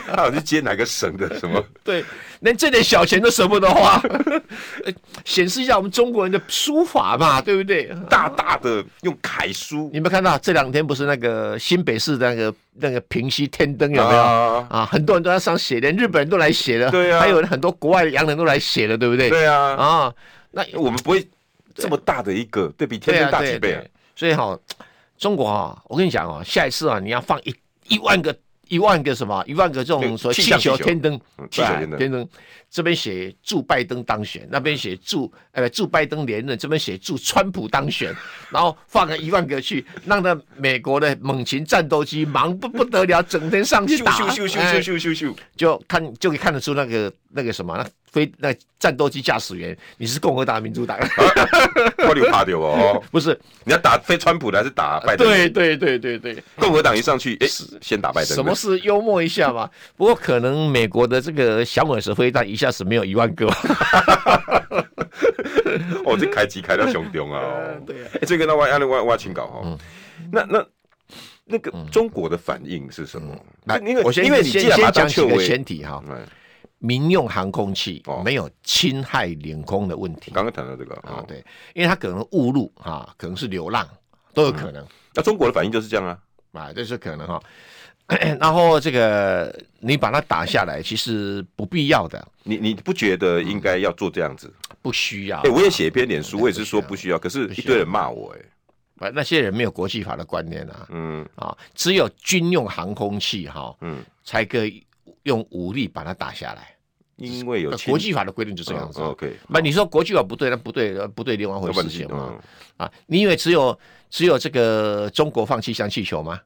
[SPEAKER 1] 他好像是接哪个省的什么？
[SPEAKER 2] 对，连这点小钱都舍不得花， 呃显示一下我们中国人的书法嘛，对不对？
[SPEAKER 1] 大大的用楷书
[SPEAKER 2] 你有没有看到这两天不是那个新北市的那个那个平息天灯有没有？
[SPEAKER 1] 啊，
[SPEAKER 2] 啊，很多人都要上写，连日本人都来写了，
[SPEAKER 1] 对啊
[SPEAKER 2] 还有很多国外的洋人都来写了，对不对？
[SPEAKER 1] 对啊，
[SPEAKER 2] 啊，那
[SPEAKER 1] 我们不会这么大的一个对比天
[SPEAKER 2] 对啊
[SPEAKER 1] 天大
[SPEAKER 2] 对
[SPEAKER 1] 几倍啊
[SPEAKER 2] 对。所以哈、中国啊、我跟你讲哦，下一次啊，你要放一一万个一万个什么啊一万个这
[SPEAKER 1] 对
[SPEAKER 2] 种说
[SPEAKER 1] 气
[SPEAKER 2] 气
[SPEAKER 1] 象
[SPEAKER 2] 球
[SPEAKER 1] 气球
[SPEAKER 2] 天灯
[SPEAKER 1] 嗯，气球
[SPEAKER 2] 对
[SPEAKER 1] 天灯
[SPEAKER 2] 天灯，这边写祝拜登当选，那边写祝呃祝拜登连任，这边写祝川普当选， 然后放个一万个去，让那美国的猛禽战斗机忙不不得了，整天上去
[SPEAKER 1] 咻
[SPEAKER 2] 打，
[SPEAKER 1] 咻咻咻
[SPEAKER 2] 哎
[SPEAKER 1] 咻咻咻咻！
[SPEAKER 2] 就看就可以看得出那个那个什么，那飞那战斗机驾驶员，你是共和党、民主党，
[SPEAKER 1] 我有怕掉哦。
[SPEAKER 2] 不是？
[SPEAKER 1] 你要打非川普的还是打拜登？，
[SPEAKER 2] 对对对对对，
[SPEAKER 1] 共和党一上去，哎、先打拜登的。
[SPEAKER 2] 什么事幽默一下嘛？ 不过可能美国的这个响尾蛇飞弹一下子没有一万 个，
[SPEAKER 1] 哦，这 开机开到熊中啊！哦
[SPEAKER 2] 对啊嗯
[SPEAKER 1] 哎这个那我按我我请搞哦。那那那个中国的反应是什么？
[SPEAKER 2] 那
[SPEAKER 1] 因为
[SPEAKER 2] 嗯我先
[SPEAKER 1] 因为你既
[SPEAKER 2] 先
[SPEAKER 1] 然把它
[SPEAKER 2] 先
[SPEAKER 1] 当
[SPEAKER 2] 讲几
[SPEAKER 1] 秋
[SPEAKER 2] 个
[SPEAKER 1] 威，
[SPEAKER 2] 前提哈，
[SPEAKER 1] 嗯
[SPEAKER 2] 民用航空器
[SPEAKER 1] 哦
[SPEAKER 2] 没有侵害领空的问题
[SPEAKER 1] 刚刚谈到这个
[SPEAKER 2] 啊
[SPEAKER 1] 啊，，
[SPEAKER 2] 对，因为它可能误入啊，可能是流浪都有可能
[SPEAKER 1] 那中国的反应就是这样啊，
[SPEAKER 2] 啊，这是可能哈。 然后这个你把它打下来，其实不必要的，
[SPEAKER 1] 你你不觉得应该要做这样子？
[SPEAKER 2] 不需要。
[SPEAKER 1] 哎，我也写一篇脸书，
[SPEAKER 2] 嗯啊对
[SPEAKER 1] 我也是说
[SPEAKER 2] 不
[SPEAKER 1] 不需要，可是一堆人骂我，哎，
[SPEAKER 2] 啊那些人没有国际法的观念啊
[SPEAKER 1] 嗯
[SPEAKER 2] 啊，只有军用航空器哈
[SPEAKER 1] 嗯，
[SPEAKER 2] 才可以用武力把它打下来。
[SPEAKER 1] 因为有
[SPEAKER 2] 那
[SPEAKER 1] 侵
[SPEAKER 2] 呃国际法的规定就这样子啊。
[SPEAKER 1] 嗯，OK，
[SPEAKER 2] 那你说国际法不对，那不对，呃不对，另外一回
[SPEAKER 1] 要不然
[SPEAKER 2] 事
[SPEAKER 1] 你
[SPEAKER 2] 情嘛。
[SPEAKER 1] 嗯，
[SPEAKER 2] 啊，你以为只有只有这个中国放气象气球吗？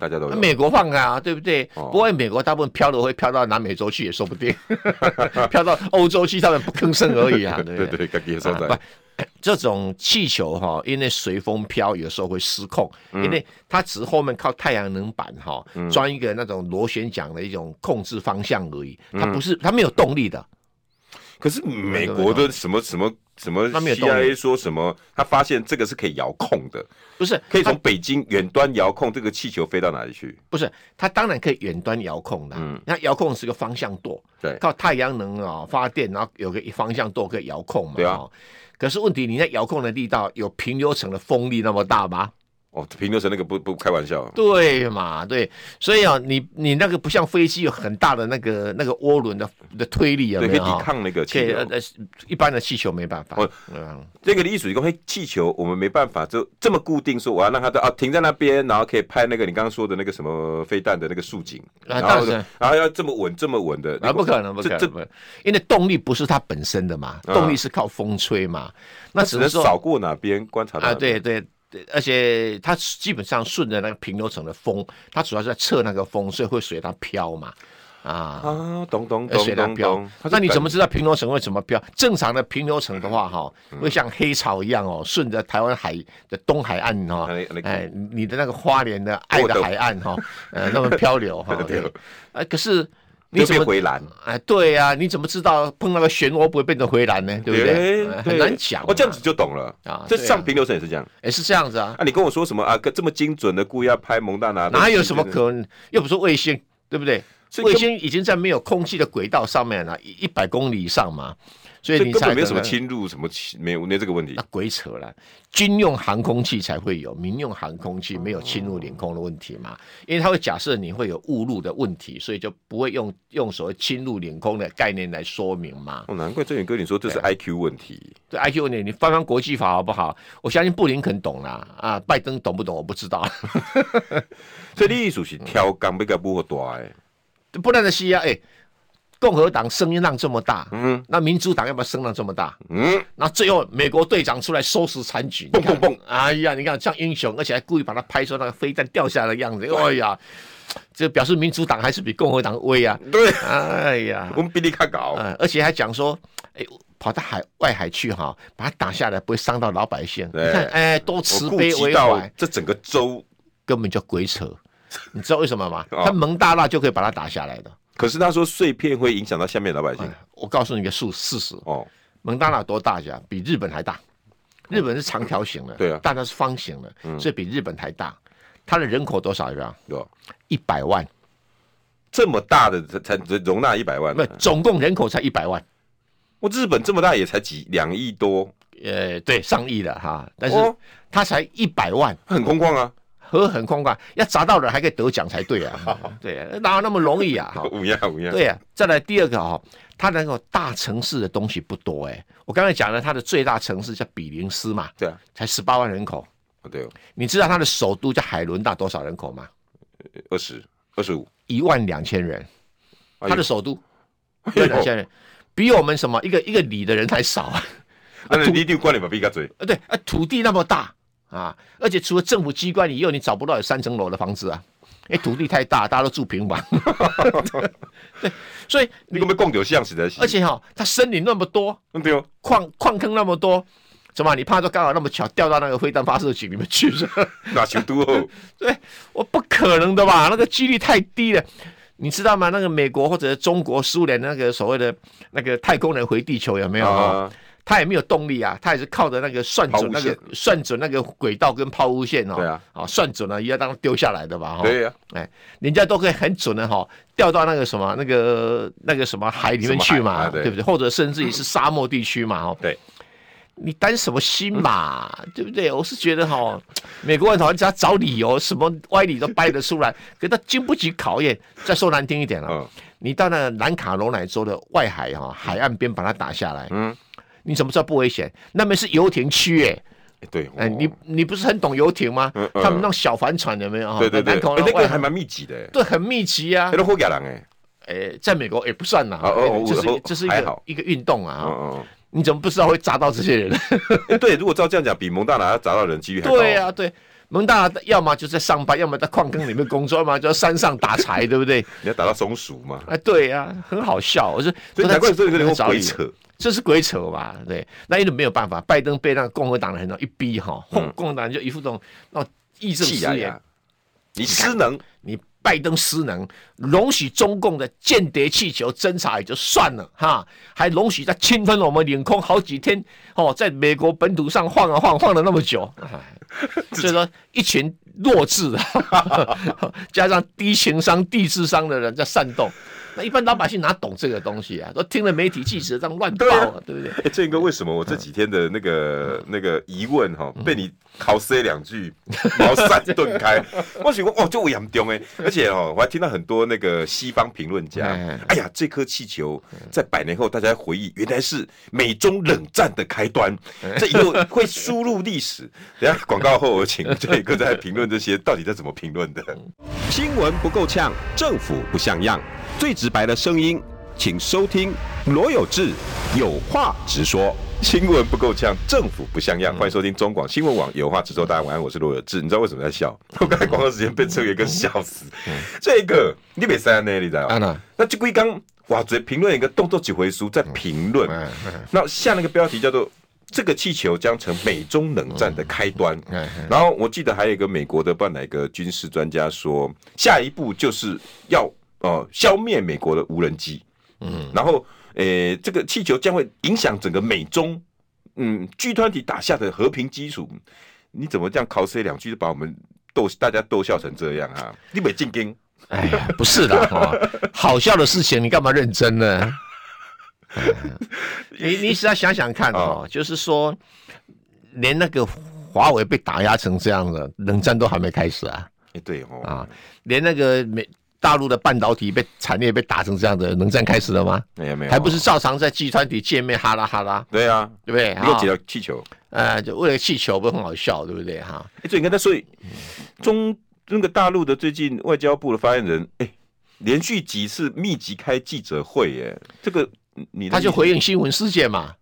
[SPEAKER 1] 大家都
[SPEAKER 2] 那
[SPEAKER 1] 有
[SPEAKER 2] 美国放啊，对不对？
[SPEAKER 1] 哦
[SPEAKER 2] 不过美国大部分飘的会飘到南美洲去也说不定，飘到欧洲去，他们不吭声而已啊，对不
[SPEAKER 1] 对
[SPEAKER 2] 对？
[SPEAKER 1] 对，该给说
[SPEAKER 2] 啊
[SPEAKER 1] 在
[SPEAKER 2] 不 这种气球哈，因为随风飘，有时候会失控，
[SPEAKER 1] 嗯
[SPEAKER 2] 因为它只后面靠太阳能板哈，装一个那种螺旋桨的一种控制方向而已，
[SPEAKER 1] 嗯
[SPEAKER 2] 它不是它没有动力的，
[SPEAKER 1] 可是美国的什么什么什么
[SPEAKER 2] 那没有动力
[SPEAKER 1] CIA 说什么，他发现这个是可以遥控的，
[SPEAKER 2] 不是
[SPEAKER 1] 可以
[SPEAKER 2] 它
[SPEAKER 1] 从北京远端遥控这个气球飞到哪里去？
[SPEAKER 2] 不是，它当然可以远端遥控的。
[SPEAKER 1] 嗯
[SPEAKER 2] 那遥控是个方向舵，
[SPEAKER 1] 对
[SPEAKER 2] 靠太阳能啊、发电，然后有个方向舵可以遥控嘛。
[SPEAKER 1] 对啊
[SPEAKER 2] 哦可是问题，你那遥控的力道有平流层的风力那么大吗？
[SPEAKER 1] 哦，平流层那个不不开玩笑，
[SPEAKER 2] 对嘛？对，所以啊，你你那个不像飞机有很大的那个那个涡轮的的推力有
[SPEAKER 1] 对，
[SPEAKER 2] 没
[SPEAKER 1] 可以
[SPEAKER 2] 有？
[SPEAKER 1] 抵抗那个
[SPEAKER 2] 可
[SPEAKER 1] 气
[SPEAKER 2] 以呃
[SPEAKER 1] 球。
[SPEAKER 2] 呃，一般的气球没办法。
[SPEAKER 1] 哦
[SPEAKER 2] 嗯，
[SPEAKER 1] 这个艺术一共，嘿，气球我们没办法就这么固定说，我要让它在啊停在那边，然后可以拍那个你刚刚说的那个什么飞弹的那个竖景，
[SPEAKER 2] 啊
[SPEAKER 1] 然
[SPEAKER 2] 当然
[SPEAKER 1] 后
[SPEAKER 2] 是
[SPEAKER 1] 然后要这么稳这么稳的，
[SPEAKER 2] 啊，不可能，不可能，
[SPEAKER 1] 这
[SPEAKER 2] 不可能因为动力不是它本身的嘛，
[SPEAKER 1] 啊
[SPEAKER 2] 动力是靠风吹嘛。那只
[SPEAKER 1] 只
[SPEAKER 2] 能
[SPEAKER 1] 能
[SPEAKER 2] 说
[SPEAKER 1] 扫过哪边观察到
[SPEAKER 2] 啊，对对。对而且它基本上顺着那个平流层的风，它主要是在测那个风，所以会随它飘嘛，啊，
[SPEAKER 1] 啊，懂懂
[SPEAKER 2] 呃
[SPEAKER 1] 懂
[SPEAKER 2] 随它
[SPEAKER 1] 懂
[SPEAKER 2] 飘
[SPEAKER 1] 懂。。
[SPEAKER 2] 那你怎
[SPEAKER 1] 么
[SPEAKER 2] 么知道平流层会怎么飘？正常的平流层的话，哈，
[SPEAKER 1] 嗯
[SPEAKER 2] 会像黑潮一样哦，顺着台湾海的东海岸哈
[SPEAKER 1] 那嗯那，个，
[SPEAKER 2] 哎，你的那个花莲的爱的海岸哈，呃，那么漂流哈
[SPEAKER 1] 对
[SPEAKER 2] 对哎，可是你
[SPEAKER 1] 就
[SPEAKER 2] 怎
[SPEAKER 1] 变
[SPEAKER 2] 么
[SPEAKER 1] 回蓝？
[SPEAKER 2] 哎，对呀、你怎么知道碰到个漩涡不会变成回蓝呢？对不对？
[SPEAKER 1] 哎
[SPEAKER 2] 哎很难讲嘛。
[SPEAKER 1] 哦，这样子就懂了
[SPEAKER 2] 啊
[SPEAKER 1] 这
[SPEAKER 2] 对啊
[SPEAKER 1] 上平流层也是这样。
[SPEAKER 2] 也是这样子啊。
[SPEAKER 1] 啊，你跟我说什么啊？跟这么精准的故意要拍蒙大拿的，
[SPEAKER 2] 哪有什么可能？又不是卫星，对不对？
[SPEAKER 1] 所以
[SPEAKER 2] 卫
[SPEAKER 1] 根
[SPEAKER 2] 星已经在没有空气的轨道上面了，一一百公里以上嘛，所以
[SPEAKER 1] 这
[SPEAKER 2] 你
[SPEAKER 1] 根
[SPEAKER 2] 才啊
[SPEAKER 1] 本没有
[SPEAKER 2] 可
[SPEAKER 1] 什么
[SPEAKER 2] 能。
[SPEAKER 1] 侵入，什么侵没有没有这个问题
[SPEAKER 2] 那。鬼扯了，军用航空器才会有，民用航空器没有侵入领空的问题嘛？因为它会假设你会有误入的问题，所以就不会用用所谓侵入领空的概念来说明嘛。
[SPEAKER 1] 哦，难怪郑远哥你说这是
[SPEAKER 2] 啊
[SPEAKER 1] IQ 问题，
[SPEAKER 2] 对 IQ 问题，你翻翻国际法好不好？我相信布林肯懂啦，啊，拜登懂不懂我不知道。
[SPEAKER 1] 所以你属是挑钢被个不好大哎，
[SPEAKER 2] 不然的西啊，哎、共和党声音浪这么大，
[SPEAKER 1] 嗯
[SPEAKER 2] 那民主党要不要声浪这么大？
[SPEAKER 1] 嗯，
[SPEAKER 2] 那最后美国队长出来收拾残局，
[SPEAKER 1] 蹦蹦蹦
[SPEAKER 2] 你看！哎呀，你看像英雄，而且还故意把他拍出那个飞弹掉下来的
[SPEAKER 1] 嗯
[SPEAKER 2] 样子，哎呀，这表示民主党还是比共和党威啊！
[SPEAKER 1] 对，
[SPEAKER 2] 哎呀，
[SPEAKER 1] 我们比你看高，
[SPEAKER 2] 嗯，而且还讲说，哎、跑到海外海去哈，把他打下来不会伤到老百姓。
[SPEAKER 1] 对
[SPEAKER 2] 你看，哎、多慈
[SPEAKER 1] 我顾
[SPEAKER 2] 悲
[SPEAKER 1] 及
[SPEAKER 2] 为
[SPEAKER 1] 到
[SPEAKER 2] 怀，
[SPEAKER 1] 这整个州，
[SPEAKER 2] 根本就鬼扯。你知道为什么吗？
[SPEAKER 1] 哦
[SPEAKER 2] 他蒙大拉就可以把他打下来的。
[SPEAKER 1] 可是他说碎片会影响到下面老百姓
[SPEAKER 2] 哎我告诉你个数事实，
[SPEAKER 1] 哦，
[SPEAKER 2] 蒙大拿多大家？比日本还大。日本是长条形的，
[SPEAKER 1] 对啊嗯
[SPEAKER 2] 但它是方形的，所以比日本还大。它的人口多少？有没有？
[SPEAKER 1] 有
[SPEAKER 2] 一百万，
[SPEAKER 1] 这么大的才才容纳一百万
[SPEAKER 2] 不，，总共人口才一百万。
[SPEAKER 1] 我日本这么大也才几两亿多，
[SPEAKER 2] 呃，对，上亿了哈，但是
[SPEAKER 1] 哦
[SPEAKER 2] 它才一百万，
[SPEAKER 1] 很空旷啊，
[SPEAKER 2] 和很空旷，要砸到人还可以得奖才对啊， 对啊，哪有那么容易啊？哈，
[SPEAKER 1] 五样五样，
[SPEAKER 2] 对呀、再来第二个哈、哦，它能够大城市的东西不多哎、我刚才讲了，它的最大城市叫比林斯嘛，
[SPEAKER 1] 对啊，
[SPEAKER 2] 才十八万人口。
[SPEAKER 1] 哦对哦，
[SPEAKER 2] 你知道它的首都叫海伦娜多少人口吗？
[SPEAKER 1] 二十二十五，
[SPEAKER 2] 一万两千人，
[SPEAKER 1] 哎呦哎
[SPEAKER 2] 它的首都一万两千人，比我们什么一个一个里的人还少啊！
[SPEAKER 1] 那你一定关你们闭个嘴，
[SPEAKER 2] 啊，对啊，土地那么大啊，而且除了政府机关以外，你找不到有三层楼的房子啊，因为土地太大，大家都住平房。 对，所以
[SPEAKER 1] 你根本共有像实在是
[SPEAKER 2] 而，且哈、它森林那么多，
[SPEAKER 1] 嗯对哦。
[SPEAKER 2] 矿矿坑那么多，怎么你怕说刚好那么巧掉到那个飞弹发射井里面去是吧？
[SPEAKER 1] 那首都哦，
[SPEAKER 2] 对，我不可能的吧？那个几率太低了，你知道吗？那个美国或者中国、苏联那个所谓的那个太空人回地球有没有？
[SPEAKER 1] 啊
[SPEAKER 2] 它也没有动力啊，它也是靠着那个算准那
[SPEAKER 1] 抛物
[SPEAKER 2] 个算准那个轨道跟抛物线哦，
[SPEAKER 1] 对啊，
[SPEAKER 2] 算准了也要当丢下来的吧，哈、
[SPEAKER 1] 对呀、
[SPEAKER 2] 哎，人家都可以很准的哈、掉到那个什么那个那个什么海里面去嘛，
[SPEAKER 1] 什么海啊对
[SPEAKER 2] 不对？或者甚至于是沙漠地区嘛，哦，
[SPEAKER 1] 对，
[SPEAKER 2] 你担什么心嘛，对不对？我是觉得哈、美国人好像只要找理由，什么歪理都掰得出来， 可他经不起考验。再说难听一点了、啊
[SPEAKER 1] 嗯
[SPEAKER 2] 你到那南卡罗来州的外海哈、海岸边把它打下来，
[SPEAKER 1] 嗯，
[SPEAKER 2] 你怎么知道不危险？那边是游艇区诶、
[SPEAKER 1] 哎对，
[SPEAKER 2] 哎，
[SPEAKER 1] 哦
[SPEAKER 2] 你你不是很懂游艇吗？
[SPEAKER 1] 嗯嗯
[SPEAKER 2] 他们那种小帆船有没有啊？
[SPEAKER 1] 对对对，
[SPEAKER 2] 南卡
[SPEAKER 1] 哎
[SPEAKER 2] 罗来
[SPEAKER 1] 那
[SPEAKER 2] 外
[SPEAKER 1] 个
[SPEAKER 2] 海
[SPEAKER 1] 还蛮密集的、欸，
[SPEAKER 2] 对，很密集啊
[SPEAKER 1] 那。都好亚人哎，
[SPEAKER 2] 诶、在美国也、不算啦，
[SPEAKER 1] 哦哦哦
[SPEAKER 2] 这是
[SPEAKER 1] 哦
[SPEAKER 2] 这是一
[SPEAKER 1] 还
[SPEAKER 2] 个
[SPEAKER 1] 好
[SPEAKER 2] 一个运动啊、
[SPEAKER 1] 嗯嗯，
[SPEAKER 2] 你怎么不知道会砸到这些 人？
[SPEAKER 1] 嗯哎对，如果照这样讲，比蒙大拿砸到人几率还高，
[SPEAKER 2] 对啊，对。蒙大拿要么就在上班，要么在矿坑里面工作，要么就在山上打柴，对 不对？
[SPEAKER 1] 你要打到松鼠嘛，
[SPEAKER 2] 啊，对啊，很好笑。我说，
[SPEAKER 1] 所以难怪这个
[SPEAKER 2] 都在
[SPEAKER 1] 人会
[SPEAKER 2] 找理
[SPEAKER 1] 鬼
[SPEAKER 2] 由
[SPEAKER 1] 扯，
[SPEAKER 2] 这是鬼扯吧？对，那一定没有办法。拜登被那个共和党的人一逼哈，哼共和党人就一副这种那种啊义
[SPEAKER 1] 嗯
[SPEAKER 2] 正
[SPEAKER 1] 气啊呀
[SPEAKER 2] 辞严，
[SPEAKER 1] 呀，你失能，
[SPEAKER 2] 你拜登失能，容许中共的间谍气球侦察也就算了哈，还容许他侵吞我们领空好几天哦，在美国本土上晃啊晃，晃了那么久， 哎所以说一群弱智， 加上低情商、低智商的人在煽动，那一般老百姓哪懂这个东西啊？都听了媒体记者这样乱报、
[SPEAKER 1] 对
[SPEAKER 2] 啊
[SPEAKER 1] 啊，
[SPEAKER 2] 对不对？
[SPEAKER 1] 哎，建哥，为什么我这几天的那个那个疑问哈，被你考塞两句，茅塞顿开？我想说，哦，就严重哎，而且哦，我还听到很多那个西方评论家
[SPEAKER 2] 哎，
[SPEAKER 1] 哎呀，这颗气球在百年后，大家回忆，原来是美中冷战的开端，这以后会输入历史。等一下广告后，我请建哥在评论这些到底在怎么评论的。
[SPEAKER 3] 新闻不够呛，政府不像样，最直白的声音，请收听罗有志有话直说。嗯
[SPEAKER 1] 新闻不够呛，政府不像样。欢迎收听中广新闻网有话直说，大家晚安，我是罗有志。你知道为什么在笑？
[SPEAKER 3] 嗯
[SPEAKER 1] 我刚才广告时间被这个一个笑死。这个你别删呢，你知道
[SPEAKER 2] 啊
[SPEAKER 3] 嗯
[SPEAKER 1] 吗？
[SPEAKER 2] 那
[SPEAKER 1] 那就归刚哇，这评论一个动作几回书在评论，
[SPEAKER 2] 嗯
[SPEAKER 1] 那下那个标题叫做。这个气球将成美中冷战的开端。
[SPEAKER 2] 嗯嗯
[SPEAKER 1] 然后我记得还有一个美国的，不知道哪个军事专家说，下一步就是要呃消灭美国的无人机。嗯，然后诶、这个气球将会影响整个美中嗯 G 团体打下的和平基础。你怎么这样考试两句就把我们逗大家逗笑成这样啊？你没进京，
[SPEAKER 2] 哎呀，不 是啦，哈，好笑的事情你干嘛认真呢？哎你你只要想想看哦，就是说，连那个华为被打压成这样了，冷战都还没开始啊
[SPEAKER 1] 哎、对哦，
[SPEAKER 2] 啊，连那个美大陆的半导体被产业被打成这样的，冷战开始了吗？
[SPEAKER 1] 没哎有没有，
[SPEAKER 2] 还不是照常在集团体见面哈拉哈拉，
[SPEAKER 1] 对啊，
[SPEAKER 2] 对不对？
[SPEAKER 1] 你给我
[SPEAKER 2] 啊
[SPEAKER 1] 解到气球。
[SPEAKER 2] 呃，就为了气球，不是很好笑，对不对？哈，
[SPEAKER 1] 欸、所以你看，他所以中那个大陆的最近外交部的发言人，哎、连续几次密集开记者会、耶，这个你的
[SPEAKER 2] 他就
[SPEAKER 1] 意思
[SPEAKER 2] 回应新闻事件嘛。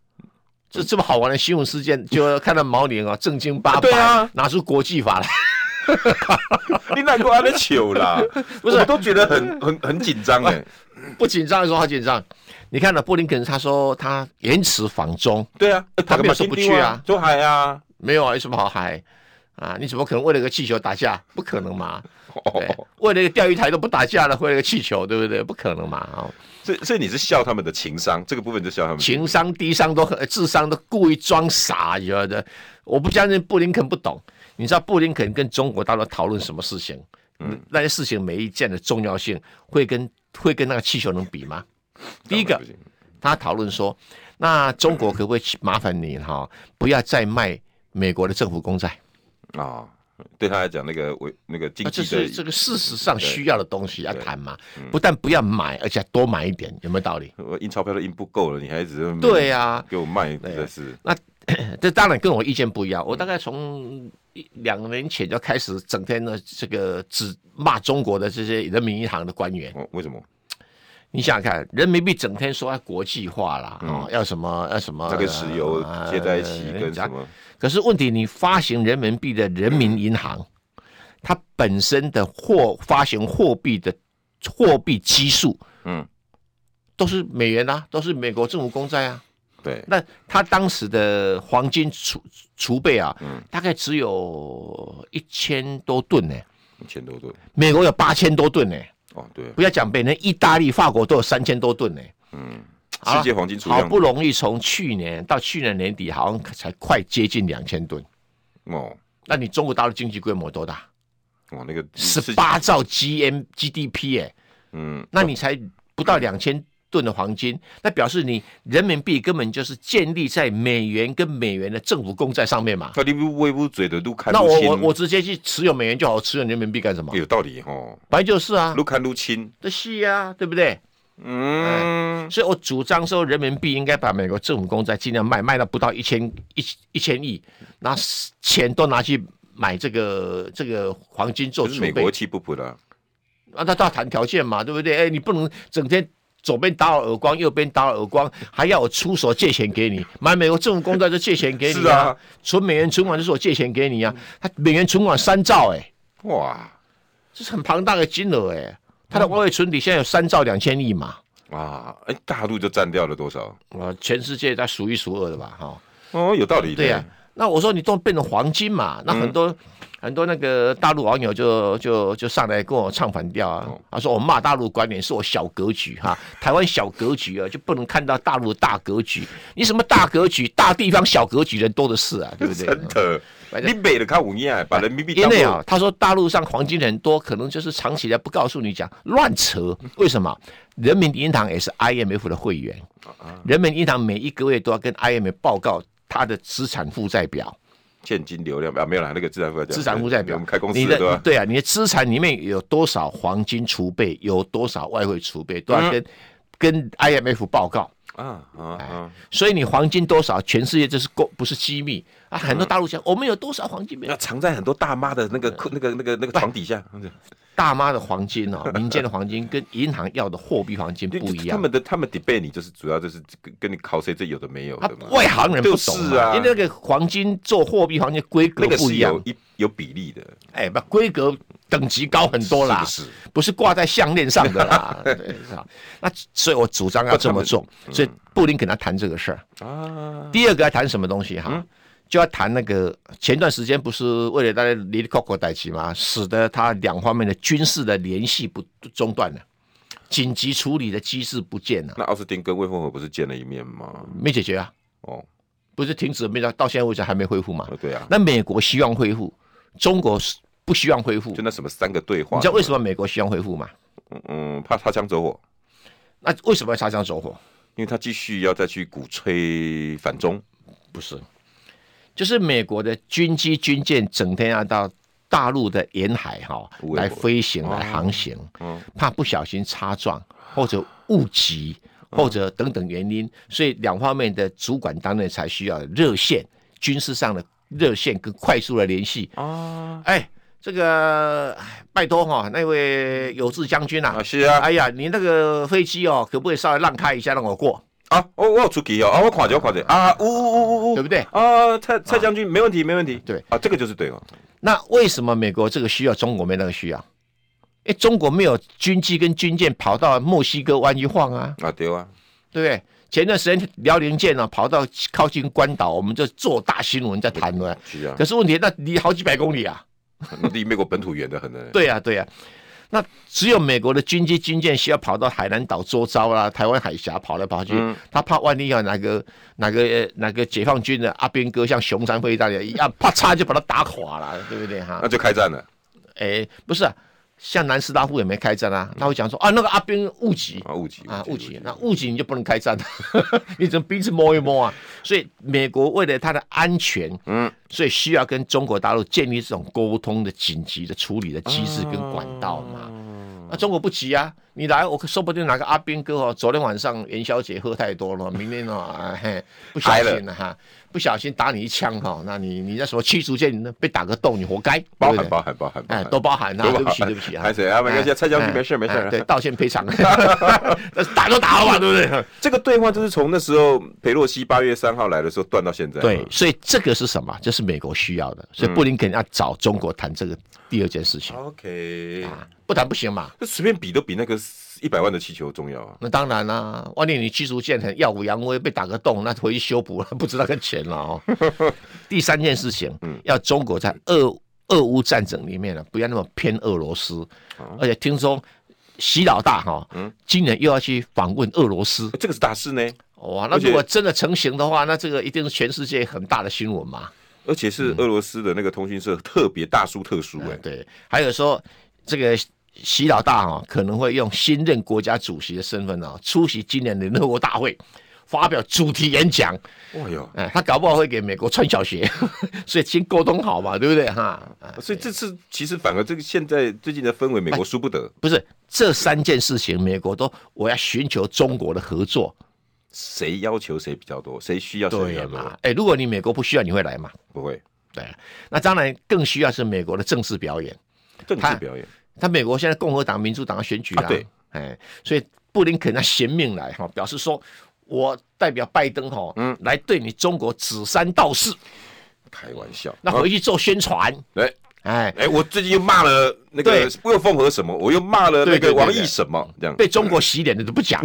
[SPEAKER 2] 这这么好玩的新闻事件，就看到毛宁啊，正经八百，
[SPEAKER 1] 对啊
[SPEAKER 2] 拿出国际法来，
[SPEAKER 1] 你哪个安的球啦？不是，我都觉得很很很紧张哎。
[SPEAKER 2] 不紧张的时候好紧张。你看了布林肯，他说他延迟访中，
[SPEAKER 1] 对啊，欸
[SPEAKER 2] 哎他没有说不去啊，
[SPEAKER 1] 就海啊，
[SPEAKER 2] 没有啊，有什么好嗨啊？你怎么可能为了个气球打架？不可能嘛！对
[SPEAKER 1] 哦，
[SPEAKER 2] 为了一个钓鱼台都不打架了，为了个气球，对不对？不可能嘛！啊、
[SPEAKER 1] 所以所以你是笑他们的情商，这个部分就笑他们。
[SPEAKER 2] 情商低商都很智商都故意装傻，你知道的。我不相信布林肯不懂。你知道布林肯跟中国大陆讨论什么事情？嗯，那些事情每一件的重要性会跟会跟那个气球能比吗？第一个
[SPEAKER 1] 不，行
[SPEAKER 2] 他讨论说，那中国可不可以麻烦你哈，不要再卖美国的政府公债？
[SPEAKER 1] 啊，对他来讲，那个我那个经
[SPEAKER 2] 啊那这
[SPEAKER 1] 济
[SPEAKER 2] 是这
[SPEAKER 1] 的，
[SPEAKER 2] 个事实上需要的东西要
[SPEAKER 1] 对嗯
[SPEAKER 2] 谈嘛，不但不要买，而且还多买一点，有没有道理？
[SPEAKER 1] 我印钞票都印不够了，你还只是
[SPEAKER 2] 对啊呀、
[SPEAKER 1] 给我卖，真的是
[SPEAKER 2] 那这当然跟我意见不一样。
[SPEAKER 1] 嗯
[SPEAKER 2] 我大概从一两年前就开始整天的这个指骂中国的这些人民银行的官员。
[SPEAKER 1] 哦，为什么
[SPEAKER 2] 你想想看，人民币整天说要国际化啦，哦，要什么要什么，
[SPEAKER 1] 它跟嗯石油
[SPEAKER 2] 呃
[SPEAKER 1] 接在一起，跟什？么？
[SPEAKER 2] 可是问题，你发行人民币的人民银行，它本身的货发行货币的货币基数
[SPEAKER 1] 嗯，
[SPEAKER 2] 都是美元啊，都是美国政府公债啊。
[SPEAKER 1] 对，
[SPEAKER 2] 那他当时的黄金储储备啊，大概只有一千多吨呢、
[SPEAKER 1] 一千多吨。
[SPEAKER 2] 美国有八千多吨呢、
[SPEAKER 1] 哦，对，
[SPEAKER 2] 不要讲别人，意大利、法国都有三千多吨呢、
[SPEAKER 1] 嗯，世界黄金储
[SPEAKER 2] 好
[SPEAKER 1] 量
[SPEAKER 2] 不容易从去年到去年年底，好像才快接近两千吨。
[SPEAKER 1] 哦，
[SPEAKER 2] 那你中国大陆经济规模多大？
[SPEAKER 1] 哇，那个
[SPEAKER 2] 十
[SPEAKER 1] 世界，
[SPEAKER 2] 八兆 GM GDP 哎、
[SPEAKER 1] 嗯，
[SPEAKER 2] 那你才不到两千吨的黄金，那表示你人民币根本就是建立在美元跟美元的政府公债上面嘛。
[SPEAKER 1] 那你不微不嘴的都看
[SPEAKER 2] 那
[SPEAKER 1] 入
[SPEAKER 2] 我
[SPEAKER 1] 侵，
[SPEAKER 2] 我我直接去持有美元就好，持有人民币干什么？
[SPEAKER 1] 有道理哦，
[SPEAKER 2] 本来就是啊，
[SPEAKER 1] 入看入侵，
[SPEAKER 2] 这是啊，对不对？
[SPEAKER 1] 嗯，
[SPEAKER 2] 所以我主张说，人民币应该把美国政府公债尽量卖，卖到不到一千一一千亿，拿钱都拿去买这个这个黄金做
[SPEAKER 1] 可是
[SPEAKER 2] 储
[SPEAKER 1] 美
[SPEAKER 2] 备
[SPEAKER 1] 国。气不不了，
[SPEAKER 2] 啊，那都要谈条件嘛，对不对？哎，你不能整天左边打我耳光，右边打我耳光，还要我出手借钱给你，买美国政府公债就借钱给你
[SPEAKER 1] 是啊
[SPEAKER 2] 存美元存款就是我借钱给你啊，他美元存款三兆哎、
[SPEAKER 1] 哇
[SPEAKER 2] 这是很庞大的金额哎、他的外汇存底现在有三兆两千亿嘛，
[SPEAKER 1] 哇，哎，大陆就占掉了多少？
[SPEAKER 2] 啊，全世界他数一数二的吧，哈、
[SPEAKER 1] 哦，有道理的，
[SPEAKER 2] 对啊呀、那我说你都变成黄金嘛，那很
[SPEAKER 1] 嗯
[SPEAKER 2] 多、很多那个大陆网友就就就上来跟我唱反调啊，
[SPEAKER 1] 哦
[SPEAKER 2] 他说我骂大陆观点是我小格局哈，台湾小格局啊就不能看到大陆的大格局，你什么大格局，大地方小格局人多的是啊，对不对？
[SPEAKER 1] 真的，你美的看五年，把人民币
[SPEAKER 2] 因
[SPEAKER 1] 当
[SPEAKER 2] 为
[SPEAKER 1] 做
[SPEAKER 2] 啊，他说大陆上黄金很多，可能就是藏起来不告诉你讲，乱扯。
[SPEAKER 1] 嗯
[SPEAKER 2] 为什么？人民银行也是 IMF 的会员，
[SPEAKER 1] 啊
[SPEAKER 2] 人民银行每一个月都要跟 IMF 报告它的资产负债表。
[SPEAKER 1] 现金流量啊，没有啦，那个资产负债表，
[SPEAKER 2] 资产负债
[SPEAKER 1] 对
[SPEAKER 2] 表，
[SPEAKER 1] 我们开公司
[SPEAKER 2] 你
[SPEAKER 1] 的对吧？
[SPEAKER 2] 对啊，你的资产里面有多少黄金储备，有多少外汇储备，都
[SPEAKER 1] 嗯
[SPEAKER 2] 要跟、跟 IMF 报告。
[SPEAKER 1] 啊啊啊！
[SPEAKER 2] 所以你黄金多少，全世界这是公不是机密啊！很多
[SPEAKER 1] 嗯
[SPEAKER 2] 大陆讲、我们有多少黄金没有
[SPEAKER 1] 要？藏在很多大妈的那个
[SPEAKER 2] 呃
[SPEAKER 1] 裤、那个、那个、那个床底下，
[SPEAKER 2] 大妈的黄金哦， 民间的黄金跟银行要的货币黄金不一
[SPEAKER 1] 他
[SPEAKER 2] 样。
[SPEAKER 1] 们的他们 debate 你就是主要就是跟跟你 cos 这有的没有
[SPEAKER 2] 啊
[SPEAKER 1] 的嘛，，
[SPEAKER 2] 外行人不懂
[SPEAKER 1] 就
[SPEAKER 2] 嘛、
[SPEAKER 1] 是啊
[SPEAKER 2] 因为那个黄金做货币黄金规格
[SPEAKER 1] 那个
[SPEAKER 2] 不
[SPEAKER 1] 是
[SPEAKER 2] 一样
[SPEAKER 1] 有，一有比例的，
[SPEAKER 2] 哎，不，规格等级高很多
[SPEAKER 1] 是
[SPEAKER 2] 啦，
[SPEAKER 1] 不是
[SPEAKER 2] 不是挂在项链上的 啦，对是吧？那所以我主张要这么做，所以布林肯他谈这个事儿。
[SPEAKER 1] 嗯啊，嗯
[SPEAKER 2] 第二个要谈什么东西哈？就要谈那个前段时间不是为了大家离克国代起嘛，使得他两方面的军事的联系不中断了，紧急处理的机制不见了，
[SPEAKER 1] 那奥斯汀跟魏凤和不是见了一面吗？
[SPEAKER 2] 没解决啊，
[SPEAKER 1] 哦，
[SPEAKER 2] 不是停止了没到到现在为止还没恢复嘛
[SPEAKER 1] 啊？对啊，
[SPEAKER 2] 那美国希望恢复，中国是不希望恢复
[SPEAKER 1] 就。那什么三个对话，
[SPEAKER 2] 你知道为什
[SPEAKER 1] 么？
[SPEAKER 2] 么美国希望恢复吗？
[SPEAKER 1] 嗯，怕擦枪走火，
[SPEAKER 2] 那为什么要擦枪走火？
[SPEAKER 1] 因为他继续要再去鼓吹反中，
[SPEAKER 2] 不是，就是美国的军机军舰整天要到大陆的沿海哈、
[SPEAKER 1] 无为
[SPEAKER 2] 来
[SPEAKER 1] 国
[SPEAKER 2] 飞行、来航行，
[SPEAKER 1] 嗯
[SPEAKER 2] 怕不小心擦撞或者误击
[SPEAKER 1] 嗯
[SPEAKER 2] 或者等等原因，所以两方面的主管单位才需要热线，军事上的热线跟快速的联系。
[SPEAKER 1] 啊
[SPEAKER 2] 哎，这个哎拜托哈、那位有志将军啊
[SPEAKER 1] 啊，是啊
[SPEAKER 2] 哎呀，你那个飞机哦，可不可以稍微让开一下让我过？
[SPEAKER 1] 啊，我我有出题哦，啊，我垮掉垮掉啊，呜呜呜呜
[SPEAKER 2] 对
[SPEAKER 1] 呜
[SPEAKER 2] 不对？
[SPEAKER 1] 啊，蔡蔡将军没问题没问题，
[SPEAKER 2] 对
[SPEAKER 1] 啊，这个就是对哦，
[SPEAKER 2] 那为什么美国这个需要，中国没那个需要？因为中国没有军机跟军舰跑到墨西哥湾去晃啊，
[SPEAKER 1] 啊对啊，
[SPEAKER 2] 对不对？前段时间辽宁舰呢、啊跑到靠近关岛，我们就做大新闻在谈论。
[SPEAKER 1] 是啊
[SPEAKER 2] 可，是问题，那离好几百公里啊，
[SPEAKER 1] 离美国本土远的很呢。
[SPEAKER 2] 对呀、啊对呀、那只有美国的军机军舰需要跑到海南岛周遭啦、台湾海峡跑来跑去，他怕万一要哪个哪个呃哪个解放军的阿兵哥像熊山飞弹一样，啪嚓就把他打垮了，对不对哈？
[SPEAKER 1] 那就开战了。
[SPEAKER 2] 哎，不是、啊，像南斯拉夫也没开战啊，
[SPEAKER 1] 嗯
[SPEAKER 2] 他会讲说啊，那个阿兵误击
[SPEAKER 1] 啊，误解
[SPEAKER 2] 啊，误击，那误击你就不能开战， 你只能鼻子摸一摸啊。所以美国为了它的安全，
[SPEAKER 1] 嗯，
[SPEAKER 2] 所以需要跟中国大陆建立这种沟通的紧急的处理的机制跟管道嘛。
[SPEAKER 1] 嗯
[SPEAKER 2] 那中国不急啊，你来，我说不定哪个阿兵哥哦，昨天晚上元宵节喝太多了，明天哦， 哎嘿，不小心了哈，不小心打你一枪哈、哦，那你你那什么驱逐舰你被打个洞，你活该，
[SPEAKER 1] 包
[SPEAKER 2] 对
[SPEAKER 1] 含
[SPEAKER 2] 不对
[SPEAKER 1] 包含包含，包
[SPEAKER 2] 哎，
[SPEAKER 1] 含
[SPEAKER 2] 都包含啊，
[SPEAKER 1] 都包
[SPEAKER 2] 对不起，
[SPEAKER 1] 含
[SPEAKER 2] 对不起啊，
[SPEAKER 1] 还谁啊没关系
[SPEAKER 2] 哎
[SPEAKER 1] 蔡将军
[SPEAKER 2] 哎
[SPEAKER 1] 没事没事
[SPEAKER 2] 哎对，道 歉赔偿，但是打都打了嘛，对不对？
[SPEAKER 1] 这个对话就是从那时候佩洛西八月三号来的时候断到现在。
[SPEAKER 2] 对，，所以这个是什么？这是美国需要的，
[SPEAKER 1] 嗯
[SPEAKER 2] 所以布林肯要找中国谈这个第二件事情，
[SPEAKER 1] OK，
[SPEAKER 2] 不谈不行嘛。
[SPEAKER 1] 那随便比都比那个一百万的气球重要啊。
[SPEAKER 2] 那当然啦、万一你驱逐舰很耀武扬威被打个洞，那回去修补了， 不值那个钱了哦。第三件事情，
[SPEAKER 1] 嗯
[SPEAKER 2] 要中国
[SPEAKER 1] 哦
[SPEAKER 2] 在俄俄乌战争里面呢，不要那么偏俄罗斯，而且听说习老大哈，
[SPEAKER 1] 嗯
[SPEAKER 2] 今年又要去访问俄罗斯，
[SPEAKER 1] 这个是大事呢，
[SPEAKER 2] 哇，那
[SPEAKER 1] 而且
[SPEAKER 2] 如果真的成型的话，那这个一定是全世界很大的新闻嘛。
[SPEAKER 1] 而且是俄罗斯的那个通讯社特别大书特书哎、
[SPEAKER 2] 嗯对，还有说这个习老大哈、可能会用新任国家主席的身份啊，出席今年的联合国大会，发表主题演讲。
[SPEAKER 1] 哇哟，
[SPEAKER 2] 哎，他搞不好会给美国穿小鞋， 所以先沟通好嘛，对不对啊哈？啊
[SPEAKER 1] 所以这次其实反而这个现在最近的氛围，美国输不得，
[SPEAKER 2] 不是这三件事情，美国都我要寻求中国的合作，
[SPEAKER 1] 谁要求谁比较多，谁需要谁比
[SPEAKER 2] 对
[SPEAKER 1] 较
[SPEAKER 2] 嘛
[SPEAKER 1] 多，？
[SPEAKER 2] 哎，如果你美国不需要，你会来嘛？
[SPEAKER 1] 不会
[SPEAKER 2] 对，那当然更需要是美国的政治表演。
[SPEAKER 1] 政治表演，
[SPEAKER 2] 他美国现在共和党、民主党要选举了、
[SPEAKER 1] 啊对，
[SPEAKER 2] 哎，所以布林肯他贤命来哈，表示说我代表拜登哈，嗯，来对你中国指三道四，
[SPEAKER 1] 开玩笑。
[SPEAKER 2] 那回去做宣传，
[SPEAKER 1] 来，
[SPEAKER 2] 哎，
[SPEAKER 1] 哎，我最近又骂了那个
[SPEAKER 2] 对
[SPEAKER 1] 又凤和什么，我又骂了那
[SPEAKER 2] 对对
[SPEAKER 1] 个
[SPEAKER 2] 对
[SPEAKER 1] 王
[SPEAKER 2] 对
[SPEAKER 1] 毅什么，这样，
[SPEAKER 2] 被中国洗脸的都不 讲，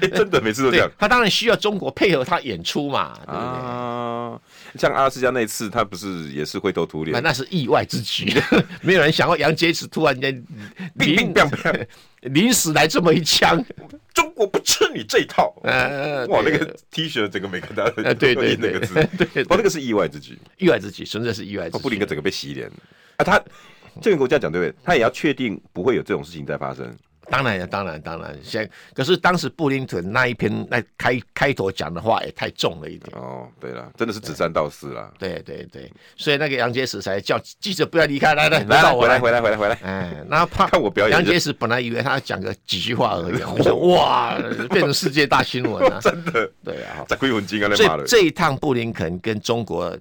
[SPEAKER 1] 哎，真的每次都这
[SPEAKER 2] 对
[SPEAKER 1] 样，
[SPEAKER 2] 他当然需要中国配合他演出嘛，对不对？
[SPEAKER 1] 啊。像阿拉斯加那次，他不是也是灰头土
[SPEAKER 2] 那
[SPEAKER 1] 脸，
[SPEAKER 2] 那是意外之举， 没有人想到杨洁篪突 然间
[SPEAKER 1] 乒
[SPEAKER 2] 临
[SPEAKER 1] 乒乓乓，
[SPEAKER 2] 临时来这么一枪，
[SPEAKER 1] 中国不吃你这一套。
[SPEAKER 2] 呃，
[SPEAKER 1] 哇，那
[SPEAKER 2] 对
[SPEAKER 1] 个 T 恤整个每个大家
[SPEAKER 2] 呃对
[SPEAKER 1] 都印
[SPEAKER 2] 对
[SPEAKER 1] 那个
[SPEAKER 2] 对
[SPEAKER 1] 字，
[SPEAKER 2] 对对
[SPEAKER 1] 不，那个是意外之举。
[SPEAKER 2] 意外之举，纯粹是意外之
[SPEAKER 1] 哦，
[SPEAKER 2] 举。
[SPEAKER 1] 布林肯整个被洗脸啊！他这个国家讲对不对？他也要确定不会有这种事情再发生。
[SPEAKER 2] 当然呀，当然，当然。现在可是当时布林肯那一篇那开开头讲的话也太重了一点。
[SPEAKER 1] 哦，对了，真的是指三道四啦。
[SPEAKER 2] 对对对，所以那个杨洁篪才叫记者不要离开，来来，
[SPEAKER 1] 来
[SPEAKER 2] 到
[SPEAKER 1] 来，
[SPEAKER 2] 我
[SPEAKER 1] 回来，回来，
[SPEAKER 2] 来。
[SPEAKER 1] 回来，回来。
[SPEAKER 2] 哎，那怕
[SPEAKER 1] 看我表演
[SPEAKER 2] 杨洁篪本来以为他讲个几句话而已，我想哇，变成世界大 新闻了、
[SPEAKER 1] 真的，
[SPEAKER 2] 对啊，
[SPEAKER 1] 在鬼魂精啊，来骂
[SPEAKER 2] 这
[SPEAKER 1] 了。
[SPEAKER 2] 这一趟布林肯跟中国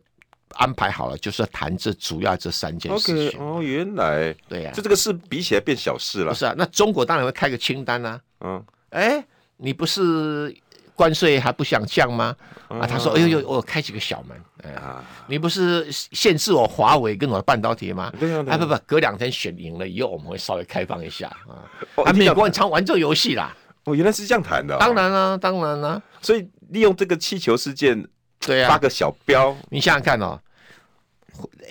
[SPEAKER 2] 安排好了，就是要谈这主要这三件事
[SPEAKER 1] OK，
[SPEAKER 2] 情。
[SPEAKER 1] 哦，原来
[SPEAKER 2] 对啊呀、
[SPEAKER 1] 就这个事比起来变小事
[SPEAKER 2] 不
[SPEAKER 1] 了。
[SPEAKER 2] 是啊，那中国当然会开个清单啊。
[SPEAKER 1] 嗯，
[SPEAKER 2] 哎，你不是关税还不想降吗？
[SPEAKER 1] 嗯
[SPEAKER 2] 啊，他说，哎呦呦，我开几个小门，哎，
[SPEAKER 1] 啊
[SPEAKER 2] 你不是限制我华为跟我的半导体吗？
[SPEAKER 1] 对啊对啊
[SPEAKER 2] 哎，不不，隔两天选赢了以后，我们会稍微开放一下啊。
[SPEAKER 1] 哦
[SPEAKER 2] 啊，
[SPEAKER 1] 你这
[SPEAKER 2] 美
[SPEAKER 1] 样
[SPEAKER 2] 国很常玩这个游戏啦，
[SPEAKER 1] 哦，原来是这样谈的哦。
[SPEAKER 2] 当然啦，当然啦，
[SPEAKER 1] 所以利用这个气球事件
[SPEAKER 2] 对
[SPEAKER 1] 发
[SPEAKER 2] 啊，
[SPEAKER 1] 个小标，
[SPEAKER 2] 你想想看哦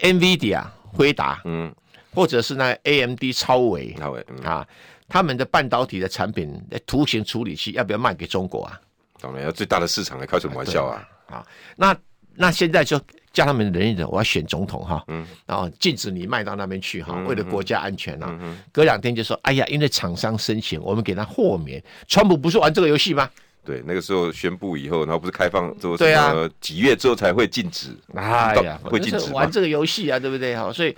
[SPEAKER 2] ，NVIDIA 辉达
[SPEAKER 1] 嗯，
[SPEAKER 2] 或者是那个 AMD 超维
[SPEAKER 1] 好诶，嗯，
[SPEAKER 2] 啊，他们的半导体的产品呃图形处理器要不要卖给中国啊？
[SPEAKER 1] 当然要最大的市场来开什么玩笑啊？
[SPEAKER 2] 啊，那那现在就叫他们忍一忍，我要选总统哈，嗯，然后禁止你卖到那边去哈，
[SPEAKER 1] 嗯
[SPEAKER 2] 为了国家安全啊。隔两天就说，哎呀，因为厂商申请，我们给他豁免。川普不是玩这个游戏吗？
[SPEAKER 1] 对，那个时候宣布以后，然后不是开放之后，
[SPEAKER 2] 对啊，
[SPEAKER 1] 几月之后才会禁止？
[SPEAKER 2] 哎呀，
[SPEAKER 1] 会禁
[SPEAKER 2] 反正
[SPEAKER 1] 止
[SPEAKER 2] 是
[SPEAKER 1] 吗
[SPEAKER 2] 玩？这个游戏啊，对不对哈？所以